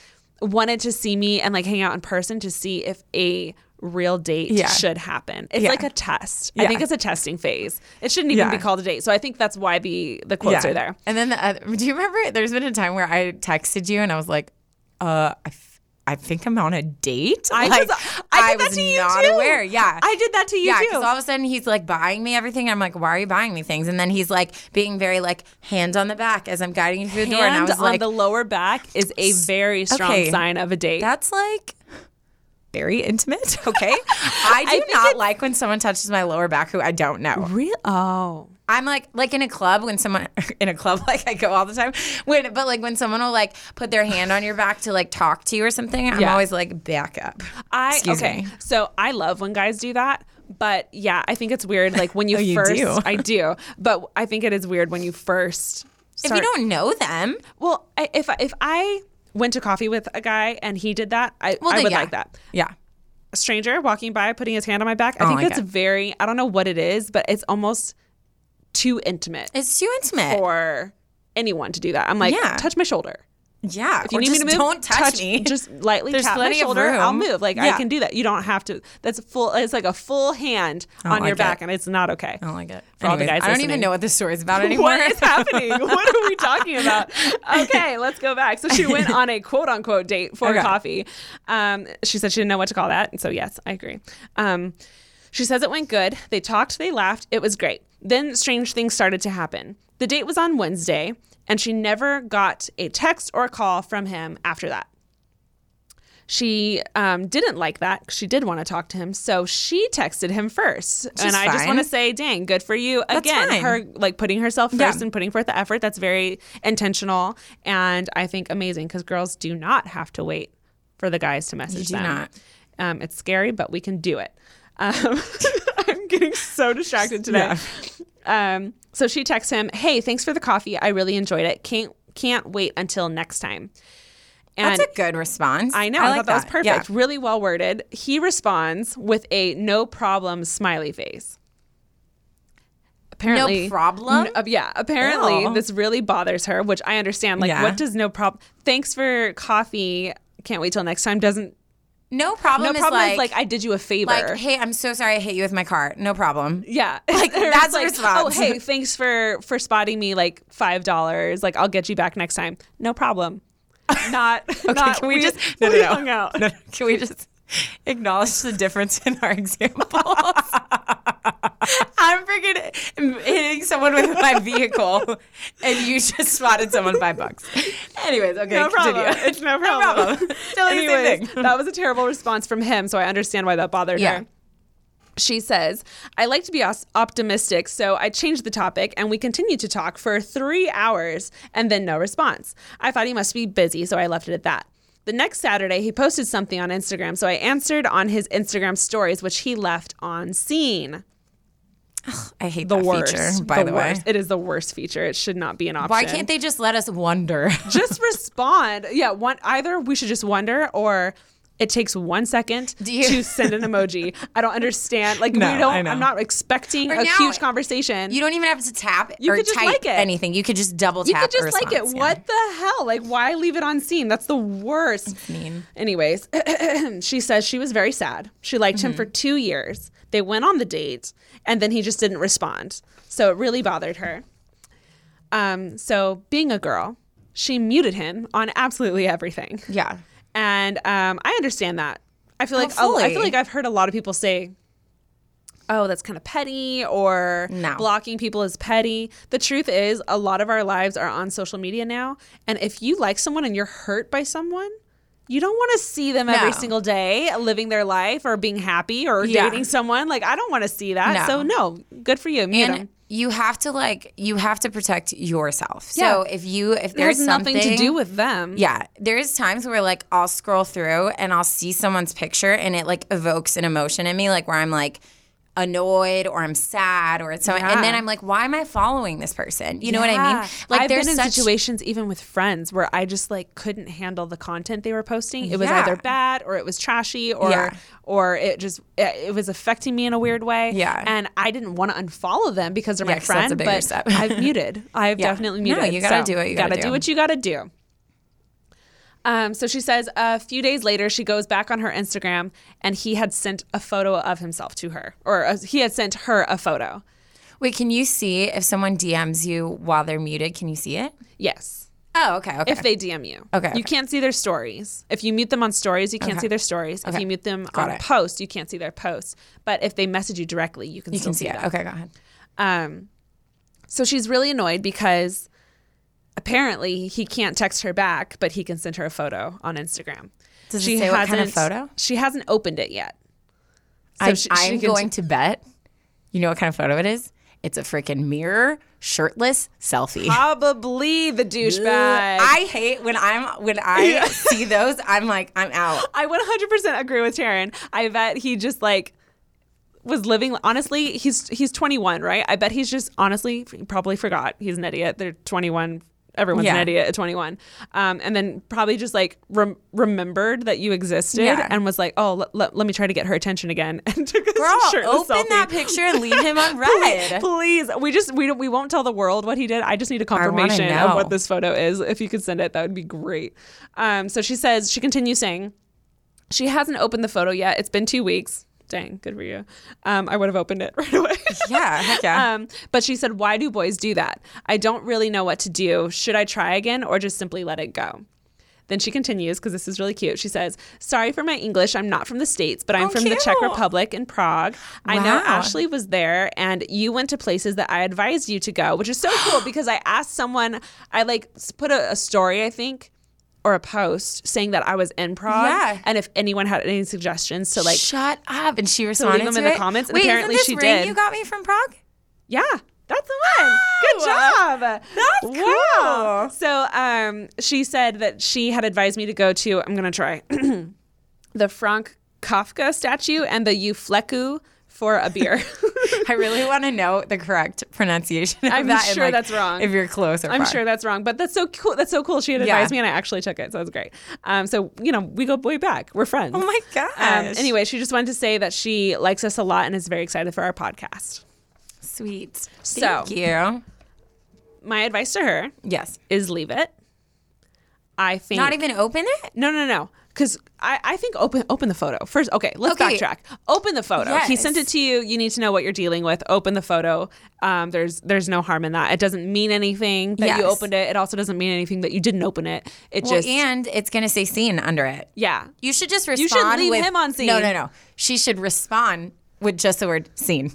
Speaker 3: wanted to see me and like hang out in person to see if a real date
Speaker 4: Yeah.
Speaker 3: should happen. It's
Speaker 4: Yeah.
Speaker 3: like a test. I
Speaker 4: Yeah.
Speaker 3: think it's a testing phase. It shouldn't even
Speaker 4: Yeah.
Speaker 3: be called a date. So I think that's why the the quotes are there.
Speaker 4: And then the other, do you remember? There's been a time where I texted you, and I was like, uh, I, f- I think I'm on a date.
Speaker 3: I
Speaker 4: like,
Speaker 3: was- I did that
Speaker 4: was
Speaker 3: to you,
Speaker 4: not
Speaker 3: too.
Speaker 4: aware. Yeah,
Speaker 3: I did that to you,
Speaker 4: Yeah,
Speaker 3: too.
Speaker 4: because all of a sudden he's like buying me everything. I'm like, why are you buying me things? And then he's like being very like hand on the back as I'm guiding you through the door, and I
Speaker 3: Hand
Speaker 4: was
Speaker 3: on
Speaker 4: like,
Speaker 3: the lower back is a very strong
Speaker 4: okay.
Speaker 3: sign of a date.
Speaker 4: That's like very intimate. Okay. I do
Speaker 3: think
Speaker 4: not
Speaker 3: it's-
Speaker 4: like when someone touches my lower back who I don't know.
Speaker 3: Real? Oh,
Speaker 4: I'm like like in a club when someone in a club like I go all the time. When but like when someone will like put their hand on your back to like talk to you or something, I'm
Speaker 3: Yeah.
Speaker 4: always like back up.
Speaker 3: I
Speaker 4: Excuse
Speaker 3: okay.
Speaker 4: me.
Speaker 3: So I love when guys do that, but yeah, I think it's weird. Like when you,
Speaker 4: Oh, you
Speaker 3: first,
Speaker 4: do.
Speaker 3: I do, but I think it is weird when you first.
Speaker 4: If
Speaker 3: start-
Speaker 4: you don't know them,
Speaker 3: well, I, if I- if I went to coffee with a guy and he did that, I,
Speaker 4: well
Speaker 3: I
Speaker 4: then
Speaker 3: would
Speaker 4: yeah.
Speaker 3: like that.
Speaker 4: Yeah.
Speaker 3: A stranger walking by, putting his hand on my back, I think
Speaker 4: Oh my
Speaker 3: that's
Speaker 4: God.
Speaker 3: very. I don't know what it is, but it's almost too intimate
Speaker 4: It's too intimate.
Speaker 3: for anyone to do that. I'm like,
Speaker 4: Yeah.
Speaker 3: touch my shoulder.
Speaker 4: yeah. If
Speaker 3: you need me to move,
Speaker 4: don't touch, me.
Speaker 3: Just lightly
Speaker 4: There's
Speaker 3: tap my
Speaker 4: plenty of
Speaker 3: shoulder. I'll
Speaker 4: room.
Speaker 3: move. Like
Speaker 4: Yeah.
Speaker 3: I can do that. You don't have to. That's full. It's like a full hand
Speaker 4: don't
Speaker 3: on your
Speaker 4: like
Speaker 3: back,
Speaker 4: it.
Speaker 3: and it's not okay.
Speaker 4: I don't like it.
Speaker 3: For all the
Speaker 4: Anyways,
Speaker 3: guys
Speaker 4: I don't
Speaker 3: listening.
Speaker 4: even know what this story's about anymore.
Speaker 3: What is happening? What are we talking about? Okay, let's go back. So she went on a quote unquote date for
Speaker 4: Okay.
Speaker 3: coffee. Um, she said she didn't know what to call that. And so, yes, I agree. Um, she says it went good. They talked, they laughed. It was great. Then strange things started to happen. The date was on Wednesday, and she never got a text or a call from him after that. She um, didn't like that. 'cause She did want to talk to him, so she texted him first. and I just
Speaker 4: fine.
Speaker 3: want to say, dang, good for you. Again,
Speaker 4: fine.
Speaker 3: her like putting herself first
Speaker 4: Yeah.
Speaker 3: and putting forth the effort. That's very intentional, and I think amazing because girls do not have to wait for the guys to message
Speaker 4: do
Speaker 3: them.
Speaker 4: not.
Speaker 3: Um, it's scary, but we can do it. Um, I'm getting so distracted today. Um, so she texts him, "Hey, thanks for the coffee. I really enjoyed it. Can't can't wait until next time." And
Speaker 4: That's a good response.
Speaker 3: I know. I, thought that, was
Speaker 4: Yeah.
Speaker 3: perfect. Really well worded. He responds with a no problem smiley face. Apparently,
Speaker 4: problem?
Speaker 3: N- uh, yeah. Apparently,
Speaker 4: Ew.
Speaker 3: this really bothers her, which I understand. Like,
Speaker 4: Yeah.
Speaker 3: what does no problem? Thanks for coffee. Can't wait till next time. Doesn't
Speaker 4: No problem.
Speaker 3: no problem
Speaker 4: is
Speaker 3: is like I did you a favor.
Speaker 4: like, hey, I'm so sorry I hit you with my car. No problem.
Speaker 3: yeah, like
Speaker 4: that's the
Speaker 3: Oh,
Speaker 4: response.
Speaker 3: hey, thanks for for spotting me. Like five dollars. Like I'll get you back next time. No problem. Not. not,
Speaker 4: can we just-
Speaker 3: we
Speaker 4: no, no, no.
Speaker 3: hung out?
Speaker 4: Can we just acknowledge the difference in our examples? I'm freaking hitting someone with my vehicle, and you just spotted someone five bucks. Anyways, okay,
Speaker 3: no
Speaker 4: continue.
Speaker 3: problem. It's no problem.
Speaker 4: Totally the same
Speaker 3: Anyways,
Speaker 4: thing.
Speaker 3: that was a terrible response from him, so I understand why that bothered
Speaker 4: Yeah.
Speaker 3: her. She says, I like to be os- optimistic, so I changed the topic and we continued to talk for three hours and then no response. I thought he must be busy, so I left it at that. The next Saturday, he posted something on Instagram, so I answered on his Instagram stories, which he left on scene.
Speaker 4: I hate
Speaker 3: The
Speaker 4: that
Speaker 3: worst.
Speaker 4: feature. By the, way,
Speaker 3: worst. It is the worst feature. It should not be an option.
Speaker 4: why can't they just let us wonder?
Speaker 3: just respond. Yeah, one either we should just wonder or it takes one second
Speaker 4: you-
Speaker 3: to send an emoji. I don't understand. Like
Speaker 4: No,
Speaker 3: we don't.
Speaker 4: I know.
Speaker 3: I'm not expecting
Speaker 4: Or
Speaker 3: a
Speaker 4: now-
Speaker 3: huge conversation.
Speaker 4: you don't even have to tap
Speaker 3: You
Speaker 4: or
Speaker 3: could just
Speaker 4: type
Speaker 3: like it.
Speaker 4: anything. You could just double
Speaker 3: You
Speaker 4: tap.
Speaker 3: could just
Speaker 4: a
Speaker 3: like it.
Speaker 4: response, yeah.
Speaker 3: What the hell? Like why leave it on scene? That's the worst.
Speaker 4: mean.
Speaker 3: Anyways, she says she was very sad. She liked
Speaker 4: Mm-hmm.
Speaker 3: him for two years. They went on the date, and then he just didn't respond. So it really bothered her. Um, so being a girl, she muted him on absolutely everything.
Speaker 4: Yeah.
Speaker 3: and um, I understand that. I feel like
Speaker 4: Oh,
Speaker 3: I
Speaker 4: fully.
Speaker 3: feel like I've heard a lot of people say, "Oh, that's kind of petty," or
Speaker 4: No.
Speaker 3: "Blocking people is petty." The truth is, a lot of our lives are on social media now, and if you like someone and you're hurt by someone. You don't want to see them every
Speaker 4: No.
Speaker 3: single day living their life or being happy or
Speaker 4: Yeah.
Speaker 3: dating someone. Like I don't want to see that.
Speaker 4: No.
Speaker 3: So no, good for you. Mute
Speaker 4: And
Speaker 3: 'em.
Speaker 4: you have to like you have to protect yourself. So
Speaker 3: Yeah.
Speaker 4: if you if
Speaker 3: It has
Speaker 4: there's something
Speaker 3: nothing to do with them.
Speaker 4: Yeah, there is times where like I'll scroll through and I'll see someone's picture and it like evokes an emotion in me, like where I'm like annoyed or I'm sad or it's so, and then
Speaker 3: Yeah.
Speaker 4: I'm like, why am I following this person? You know what I mean?
Speaker 3: Yeah.
Speaker 4: Like
Speaker 3: I've
Speaker 4: there's
Speaker 3: been in
Speaker 4: such
Speaker 3: situations even with friends where I just like couldn't handle the content they were posting. It was
Speaker 4: Yeah.
Speaker 3: either bad or it was trashy or
Speaker 4: Yeah.
Speaker 3: or it just it, it was affecting me in a weird way.
Speaker 4: Yeah.
Speaker 3: and I didn't want to unfollow them because they're
Speaker 4: Yeah,
Speaker 3: my
Speaker 4: 'cause that's
Speaker 3: friend.
Speaker 4: a bigger
Speaker 3: But
Speaker 4: step.
Speaker 3: I've muted. I've
Speaker 4: Yeah.
Speaker 3: definitely
Speaker 4: No,
Speaker 3: muted.
Speaker 4: you gotta do what you gotta do.
Speaker 3: do what you gotta do. Um, so she says a few days later, she goes back on her Instagram and he had sent a photo of himself to her, or uh, he had sent her a photo.
Speaker 4: Wait, can you see if someone DMs you while they're muted? Can you see it?
Speaker 3: Yes.
Speaker 4: Oh, okay, okay.
Speaker 3: if they DM you.
Speaker 4: Okay, okay.
Speaker 3: You can't see their stories. If you mute them on stories, you can't see their stories. If you mute them on
Speaker 4: it.
Speaker 3: posts, you can't see their posts. But if they message you directly, you can
Speaker 4: you
Speaker 3: still
Speaker 4: can see it.
Speaker 3: that.
Speaker 4: Okay, go ahead.
Speaker 3: Um, so she's really annoyed because apparently he can't text her back, but he can send her a photo on Instagram.
Speaker 4: Does it say what kind of photo?
Speaker 3: She hasn't opened it yet. So
Speaker 4: I,
Speaker 3: she- she
Speaker 4: I'm
Speaker 3: can-
Speaker 4: going to bet. You know what kind of photo it is? It's a freaking mirror, shirtless selfie.
Speaker 3: Probably the douchebag.
Speaker 4: I hate when I'm when I see those. I'm like, I'm out.
Speaker 3: I 100% agree with Taryn. I bet he just like was living honestly he's he's 21 right i bet he's just honestly he probably forgot he's an idiot they're 21 everyone's an
Speaker 4: Yeah.
Speaker 3: idiot at 21 um, and then probably just like rem- remembered that you existed
Speaker 4: Yeah.
Speaker 3: and was like oh l- l- let me try to get her attention again and took a
Speaker 4: Girl,
Speaker 3: shirtless
Speaker 4: open
Speaker 3: selfie.
Speaker 4: that picture and leave him on red.
Speaker 3: please we just we don't we won't tell the world what he did i just need a
Speaker 4: wanna
Speaker 3: confirmation
Speaker 4: know.
Speaker 3: of what this photo is if you could send it that would be great um, so she says she continues saying she hasn't opened the photo yet it's been two weeks dang good for you um, i would have opened it right away
Speaker 4: yeah, heck yeah.
Speaker 3: Um, but she said, Why do boys do that? I don't really know what to do. Should I try again or just simply let it go? Then she continues because this is really cute. She says, Sorry for my English. I'm not from the States, but I'm
Speaker 4: Oh,
Speaker 3: from the Czech
Speaker 4: cute.
Speaker 3: Republic in Prague. I know
Speaker 4: Wow.
Speaker 3: Ashley was there and you went to places that I advised you to go, which is so cool because I asked someone, I like s- put a, a story, I think. Or a post saying that I was in Prague,
Speaker 4: Yeah.
Speaker 3: and if anyone had any suggestions to like,
Speaker 4: Shut up. And she responded
Speaker 3: them
Speaker 4: to
Speaker 3: in the
Speaker 4: it?
Speaker 3: comments, and
Speaker 4: Wait,
Speaker 3: apparently
Speaker 4: isn't this
Speaker 3: she
Speaker 4: ring
Speaker 3: did.
Speaker 4: You got me from Prague.
Speaker 3: Yeah, that's the one. Good job. That's
Speaker 4: Oh, cool.
Speaker 3: So um, she said that she had advised me to go to, I'm going to try, the Frank Kafka statue and the Eufleku for a beer.
Speaker 4: I really want to know the correct pronunciation. Of
Speaker 3: I'm
Speaker 4: that and,
Speaker 3: sure
Speaker 4: like,
Speaker 3: that's wrong.
Speaker 4: If you're close, or
Speaker 3: I'm
Speaker 4: Prague.
Speaker 3: sure that's wrong, but that's so cool. That's so cool. She had
Speaker 4: Yeah.
Speaker 3: advised me, and I actually took it, so that's great. Um, so you know, we go way back. We're friends. Um,
Speaker 4: Oh my gosh.
Speaker 3: anyway, she just wanted to say that she likes us a lot and is very excited for our podcast.
Speaker 4: Sweet.
Speaker 3: So-
Speaker 4: Thank you.
Speaker 3: My advice to her
Speaker 4: Yes.
Speaker 3: is leave it. I think
Speaker 4: Not even open it.
Speaker 3: No, no, no. Because I, I think open open the photo first. Okay, let's
Speaker 4: Okay.
Speaker 3: backtrack. Open the photo. He
Speaker 4: Yes.
Speaker 3: sent it to you. You need to know what you're dealing with. Open the photo. Um, there's there's no harm in that. It doesn't mean anything that you
Speaker 4: Yes.
Speaker 3: opened it. It also doesn't mean anything that you didn't open it. It
Speaker 4: Well,
Speaker 3: just
Speaker 4: and it's gonna say scene under it.
Speaker 3: yeah.
Speaker 4: You should just
Speaker 3: You
Speaker 4: respond.
Speaker 3: should leave
Speaker 4: with-
Speaker 3: him on scene.
Speaker 4: No, no, no. She should respond with just the word scene.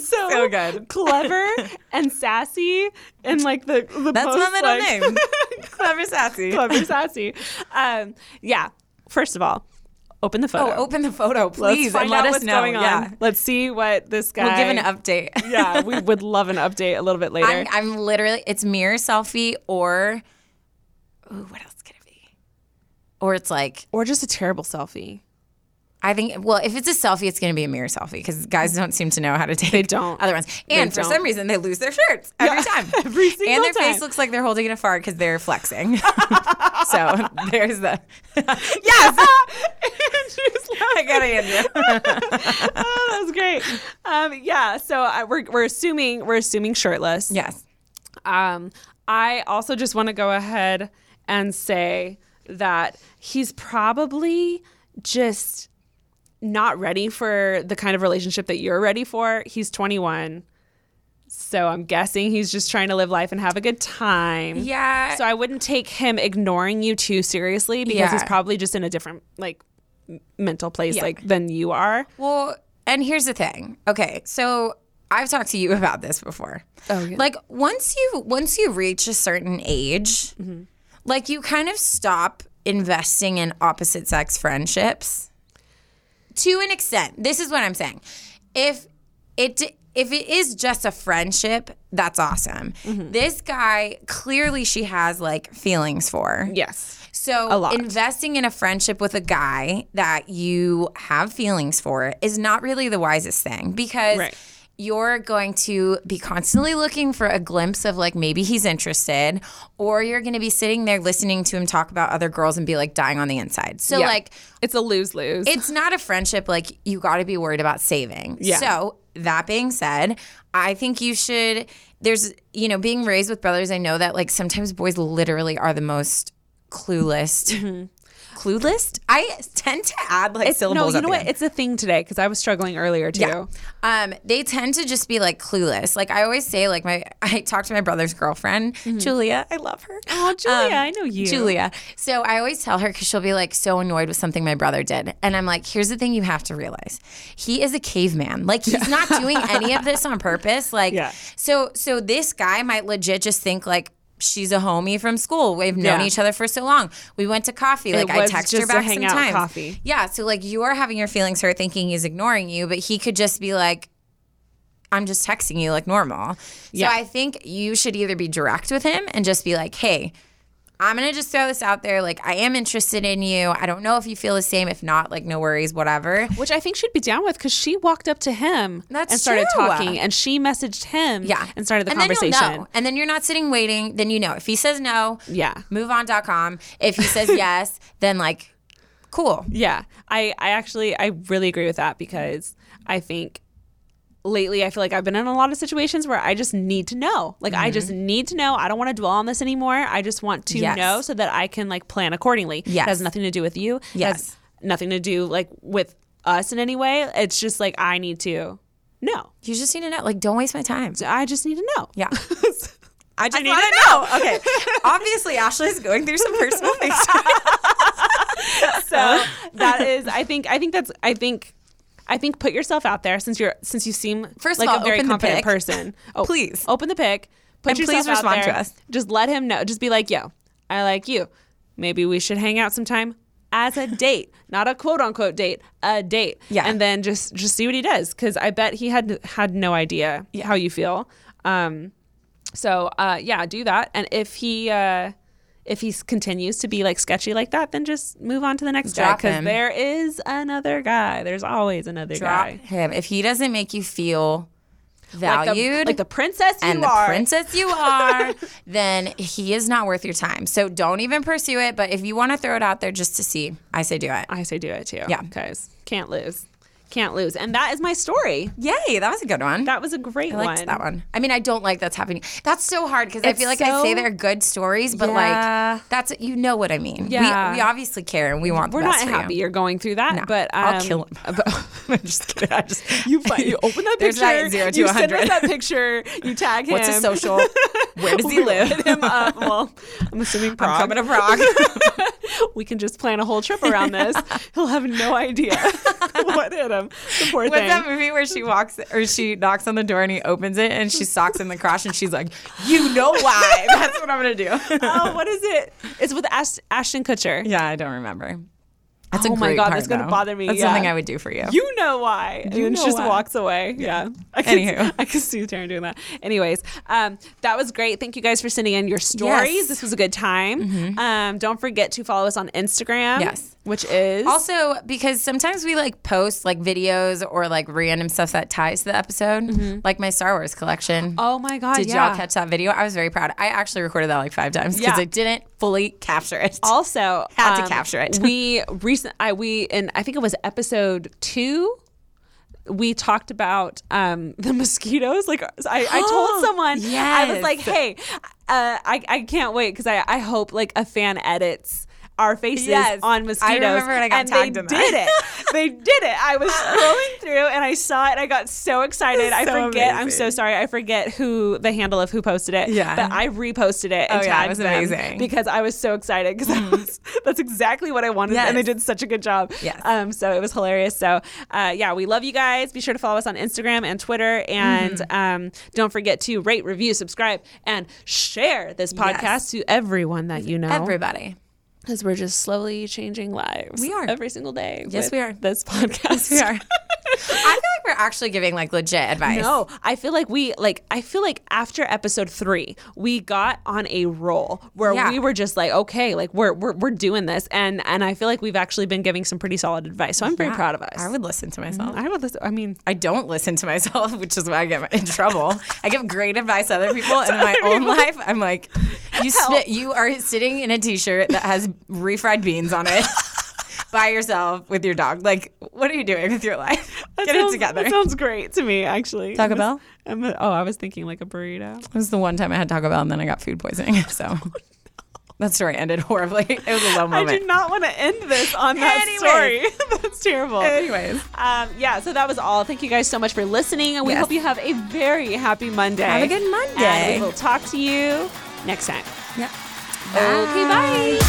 Speaker 3: so, good, clever and sassy, and like the the
Speaker 4: That's my
Speaker 3: post,
Speaker 4: middle
Speaker 3: like-
Speaker 4: name. Clever Sassy.
Speaker 3: clever sassy. Um, yeah. First of all, open the photo.
Speaker 4: Oh, open the photo,
Speaker 3: Let's
Speaker 4: please,
Speaker 3: find
Speaker 4: and let
Speaker 3: out
Speaker 4: us
Speaker 3: what's
Speaker 4: know.
Speaker 3: going on.
Speaker 4: Yeah.
Speaker 3: Let's see what this guy.
Speaker 4: We'll give an update.
Speaker 3: yeah, we would love an update a little bit later.
Speaker 4: I'm, I'm literally it's mirror selfie or ooh, what else could it be? Or it's like
Speaker 3: or just a terrible selfie.
Speaker 4: I think well, if it's a selfie, it's gonna be a mirror selfie because guys don't seem to know how to take
Speaker 3: They don't.
Speaker 4: other ones. And for
Speaker 3: don't.
Speaker 4: some reason, they lose their shirts every time.
Speaker 3: every
Speaker 4: and
Speaker 3: single
Speaker 4: their face
Speaker 3: time.
Speaker 4: looks like they're holding it afar because they're flexing. so there's the yes. I got it, Andrew.
Speaker 3: oh, that was great. Um, yeah, so I, we're we're assuming we're assuming shirtless.
Speaker 4: Yes.
Speaker 3: Um, I also just want to go ahead and say that he's probably just not ready for the kind of relationship that you're ready for. He's 21. So I'm guessing he's just trying to live life and have a good time.
Speaker 4: Yeah.
Speaker 3: So I wouldn't take him ignoring you too seriously because he's
Speaker 4: Yeah.
Speaker 3: probably just in a different like m- mental place
Speaker 4: Yeah.
Speaker 3: like than you are.
Speaker 4: Well, and here's the thing. Okay, so I've talked to you about this before. Oh, yeah. Like once you once you reach a certain age, like you kind of stop investing in opposite sex friendships to an extent. This is what I'm saying. If it if it is just a friendship, that's awesome. This guy clearly she has like feelings for.
Speaker 3: Yes.
Speaker 4: So
Speaker 3: lot.
Speaker 4: investing in a friendship with a guy that you have feelings for is not really the wisest thing because
Speaker 3: Right.
Speaker 4: you're going to be constantly looking for a glimpse of like maybe he's interested or you're going to be sitting there listening to him talk about other girls and be like dying on the inside. So
Speaker 3: Yeah.
Speaker 4: like
Speaker 3: It's a lose lose.
Speaker 4: it's not a friendship like you got to be worried about saving.
Speaker 3: Yeah.
Speaker 4: So, that being said, I think you should there's you know, being raised with brothers, I know that like sometimes boys literally are the most clueless. Clueless? I tend to add like
Speaker 3: No,
Speaker 4: syllables.
Speaker 3: you
Speaker 4: at
Speaker 3: know
Speaker 4: the
Speaker 3: what?
Speaker 4: end.
Speaker 3: Mm-hmm. It's a thing today because I was struggling earlier too.
Speaker 4: Yeah. Um, they tend to just be like clueless. Like I always say, like my I talked to my brother's girlfriend, Julia. I love her.
Speaker 3: Mm-hmm. Oh, Julia, I know you.
Speaker 4: Julia. So I always tell her because she'll be like so annoyed with something my brother did. And I'm like, here's the thing you have to realize. He is a caveman. Like he's not doing any of this on purpose. Like
Speaker 3: Yeah.
Speaker 4: so so this guy might legit just think like She's a homie from school. We've known
Speaker 3: Yeah.
Speaker 4: each other for so long. We went to coffee. Like I
Speaker 3: was
Speaker 4: text her
Speaker 3: just a
Speaker 4: back
Speaker 3: hangout
Speaker 4: sometimes.
Speaker 3: coffee.
Speaker 4: Yeah. So like you are having your feelings hurt, thinking he's ignoring you, but he could just be like, I'm just texting you like normal.
Speaker 3: Yeah.
Speaker 4: So I think you should either be direct with him and just be like, hey, I'm gonna just throw this out there. Like, I am interested in you. I don't know if you feel the same. If not, like, no worries, whatever.
Speaker 3: Which I think she'd be down with because she walked up to him
Speaker 4: That's
Speaker 3: and started
Speaker 4: true.
Speaker 3: talking, and she messaged him
Speaker 4: Yeah.
Speaker 3: and started the
Speaker 4: and
Speaker 3: conversation.
Speaker 4: Then you'll know. And then you're not sitting waiting. Then you know. If he says no,
Speaker 3: Yeah.
Speaker 4: moveon.com. If he says yes, then like, cool.
Speaker 3: Yeah, I, I actually I really agree with that because I think lately I feel like I've been in a lot of situations where I just need to know. Like I just need to know. I don't want to dwell on this anymore. I just want to
Speaker 4: Yes.
Speaker 3: know so that I can like plan accordingly.
Speaker 4: Yes.
Speaker 3: It has nothing to do with you. It has
Speaker 4: Yes.
Speaker 3: nothing to do like with us in any way. It's just like I need to know.
Speaker 4: You just need to know. Like, don't waste my time.
Speaker 3: I just need to know.
Speaker 4: Yeah. I just
Speaker 3: need
Speaker 4: wanna
Speaker 3: to know.
Speaker 4: Okay. Obviously, Ashley's going through some personal things. Oh.
Speaker 3: so that is i think i think that's i think i think put yourself out there since you're since you seem
Speaker 4: First of
Speaker 3: like
Speaker 4: all,
Speaker 3: a very
Speaker 4: open the
Speaker 3: confident
Speaker 4: pic.
Speaker 3: person oh,
Speaker 4: Please.
Speaker 3: open the pic put
Speaker 4: And
Speaker 3: yourself
Speaker 4: please
Speaker 3: out
Speaker 4: respond to
Speaker 3: there.
Speaker 4: us.
Speaker 3: just let him know just be like yo i like you maybe we should hang out sometime as a date not a quote unquote date a date
Speaker 4: Yeah.
Speaker 3: and then just just see what he does because i bet he had had no idea how you feel um so uh yeah do that and if he uh if he s- continues to be like sketchy like that, then just move on to the next
Speaker 4: Drop
Speaker 3: guy
Speaker 4: him.
Speaker 3: because there is another guy. There's always another
Speaker 4: drop
Speaker 3: guy.
Speaker 4: him if he doesn't make you feel
Speaker 3: Like the-
Speaker 4: valued
Speaker 3: like the, princess you
Speaker 4: and the
Speaker 3: are.
Speaker 4: princess you are, then he is not worth your time. So don't even pursue it. But if you want to throw it out there just to see, I say do it.
Speaker 3: I say do it too.
Speaker 4: Yeah.
Speaker 3: guys, can't lose, can't lose. And that is my story.
Speaker 4: Yay, that was a good one.
Speaker 3: That was a great
Speaker 4: I liked
Speaker 3: one.
Speaker 4: that one. I mean, I don't like that's happening. That's so hard because I
Speaker 3: It's
Speaker 4: feel like I say
Speaker 3: so-
Speaker 4: they're good stories, but
Speaker 3: Yeah.
Speaker 4: like that's you know what I mean.
Speaker 3: Yeah.
Speaker 4: we, we obviously care and we want.
Speaker 3: We're
Speaker 4: the
Speaker 3: not
Speaker 4: best for
Speaker 3: happy
Speaker 4: You.
Speaker 3: you. are going through that,
Speaker 4: No,
Speaker 3: but um,
Speaker 4: I'll kill him. I'm just kidding. I just
Speaker 3: You, fi- you open that
Speaker 4: There's
Speaker 3: picture.
Speaker 4: that zero to
Speaker 3: you send us
Speaker 4: 100.
Speaker 3: that picture. You tag him.
Speaker 4: What's his social? Where does he
Speaker 3: We
Speaker 4: live?
Speaker 3: hit him up. Well, I'm assuming Prague.
Speaker 4: I'm coming to Prague.
Speaker 3: we can just plan a whole trip around this. He'll have no idea what hit him. The poor
Speaker 4: What's
Speaker 3: thing.
Speaker 4: that movie where she walks or she knocks on the door and he opens it and she socks him in the crotch and she's like, "You know why?" That's what I'm gonna do.
Speaker 3: Oh, what is it? It's with Ast- Ashton Kutcher.
Speaker 4: yeah, I don't remember. That's
Speaker 3: Oh
Speaker 4: a
Speaker 3: my
Speaker 4: great
Speaker 3: God,
Speaker 4: part,
Speaker 3: that's gonna
Speaker 4: though.
Speaker 3: bother me,
Speaker 4: That's
Speaker 3: yeah.
Speaker 4: something I would do for you.
Speaker 3: You know why. And
Speaker 4: You
Speaker 3: then
Speaker 4: know
Speaker 3: she just
Speaker 4: why.
Speaker 3: walks away. Yeah. I can,
Speaker 4: Anywho.
Speaker 3: I can see Taryn doing that. Anyways, um, that was great. Thank you guys for sending in your stories.
Speaker 4: Yes. Mm-hmm.
Speaker 3: This was a good time. Um, don't forget to follow us on Instagram.
Speaker 4: Yes.
Speaker 3: Which is
Speaker 4: Also, because sometimes we like post like videos or like random stuff that ties to the episode, like my Star Wars collection.
Speaker 3: Oh my God.
Speaker 4: Did
Speaker 3: yeah.
Speaker 4: y'all catch that video? I was very proud. I actually recorded that like five times because
Speaker 3: Yeah.
Speaker 4: I didn't fully capture it.
Speaker 3: also um,
Speaker 4: Had to capture it.
Speaker 3: we recent I we and I think it was episode two. We talked about um, the mosquitoes. Like I, I told someone, I was
Speaker 4: Yes.
Speaker 3: like, "Hey, uh, I, I can't wait because I, I hope like a fan edits our faces
Speaker 4: Yes.
Speaker 3: on
Speaker 4: I
Speaker 3: mosquitoes."
Speaker 4: remember when I got
Speaker 3: and
Speaker 4: tagged
Speaker 3: they
Speaker 4: in that.
Speaker 3: did it. they did it. I was scrolling through and I saw it. and I got so excited. I
Speaker 4: So
Speaker 3: forget. I'm
Speaker 4: amazing.
Speaker 3: so sorry. I forget who the handle of who posted it.
Speaker 4: Yeah.
Speaker 3: but I reposted it and
Speaker 4: Oh,
Speaker 3: tagged
Speaker 4: yeah, it was
Speaker 3: them
Speaker 4: amazing.
Speaker 3: because I was so excited because was that's exactly what I wanted, and they
Speaker 4: Mm. Yes.
Speaker 3: did such a good job.
Speaker 4: Yes.
Speaker 3: Um, so it was hilarious. So uh, yeah, we love you guys. Be sure to follow us on Instagram and Twitter, and
Speaker 4: Mm-hmm.
Speaker 3: um, don't forget to rate, review, subscribe, and share this podcast
Speaker 4: Yes.
Speaker 3: to everyone that you know.
Speaker 4: Everybody.
Speaker 3: because we're just slowly changing lives.
Speaker 4: We are.
Speaker 3: every single day.
Speaker 4: Yes,
Speaker 3: with
Speaker 4: we are.
Speaker 3: This podcast.
Speaker 4: We are. I feel like we're actually giving like legit advice.
Speaker 3: No, I feel like we like I feel like after episode three, we got on a roll where
Speaker 4: Yeah.
Speaker 3: we were just like, okay, like we're, we're we're doing this, and and I feel like we've actually been giving some pretty solid advice. So I'm very proud of us.
Speaker 4: I would listen to myself.
Speaker 3: I would listen. I mean,
Speaker 4: I don't listen to myself, which is why I get in trouble. I give great advice to other people, and in my own life, I'm like, you spit, you are sitting in a t-shirt that has refried beans on it by yourself with your dog. Like, what are you doing with your life?
Speaker 3: that
Speaker 4: get
Speaker 3: sounds-
Speaker 4: it together.
Speaker 3: That sounds great to me, actually.
Speaker 4: Taco
Speaker 3: I'm
Speaker 4: Bell?
Speaker 3: just- I'm a- oh, I was thinking like a burrito.
Speaker 4: It was the one time I had Taco Bell, and then I got food poisoning. So that story ended horribly. It was a low moment.
Speaker 3: I do not want to end this on that
Speaker 4: Anyway.
Speaker 3: story. That's terrible.
Speaker 4: Anyways.
Speaker 3: Um, yeah, so that was all. Thank you guys so much for listening, and we
Speaker 4: Yes.
Speaker 3: hope you have a very happy Monday.
Speaker 4: Have a good Monday.
Speaker 3: And we will talk to you next time.
Speaker 4: Yeah.
Speaker 3: Okay, bye.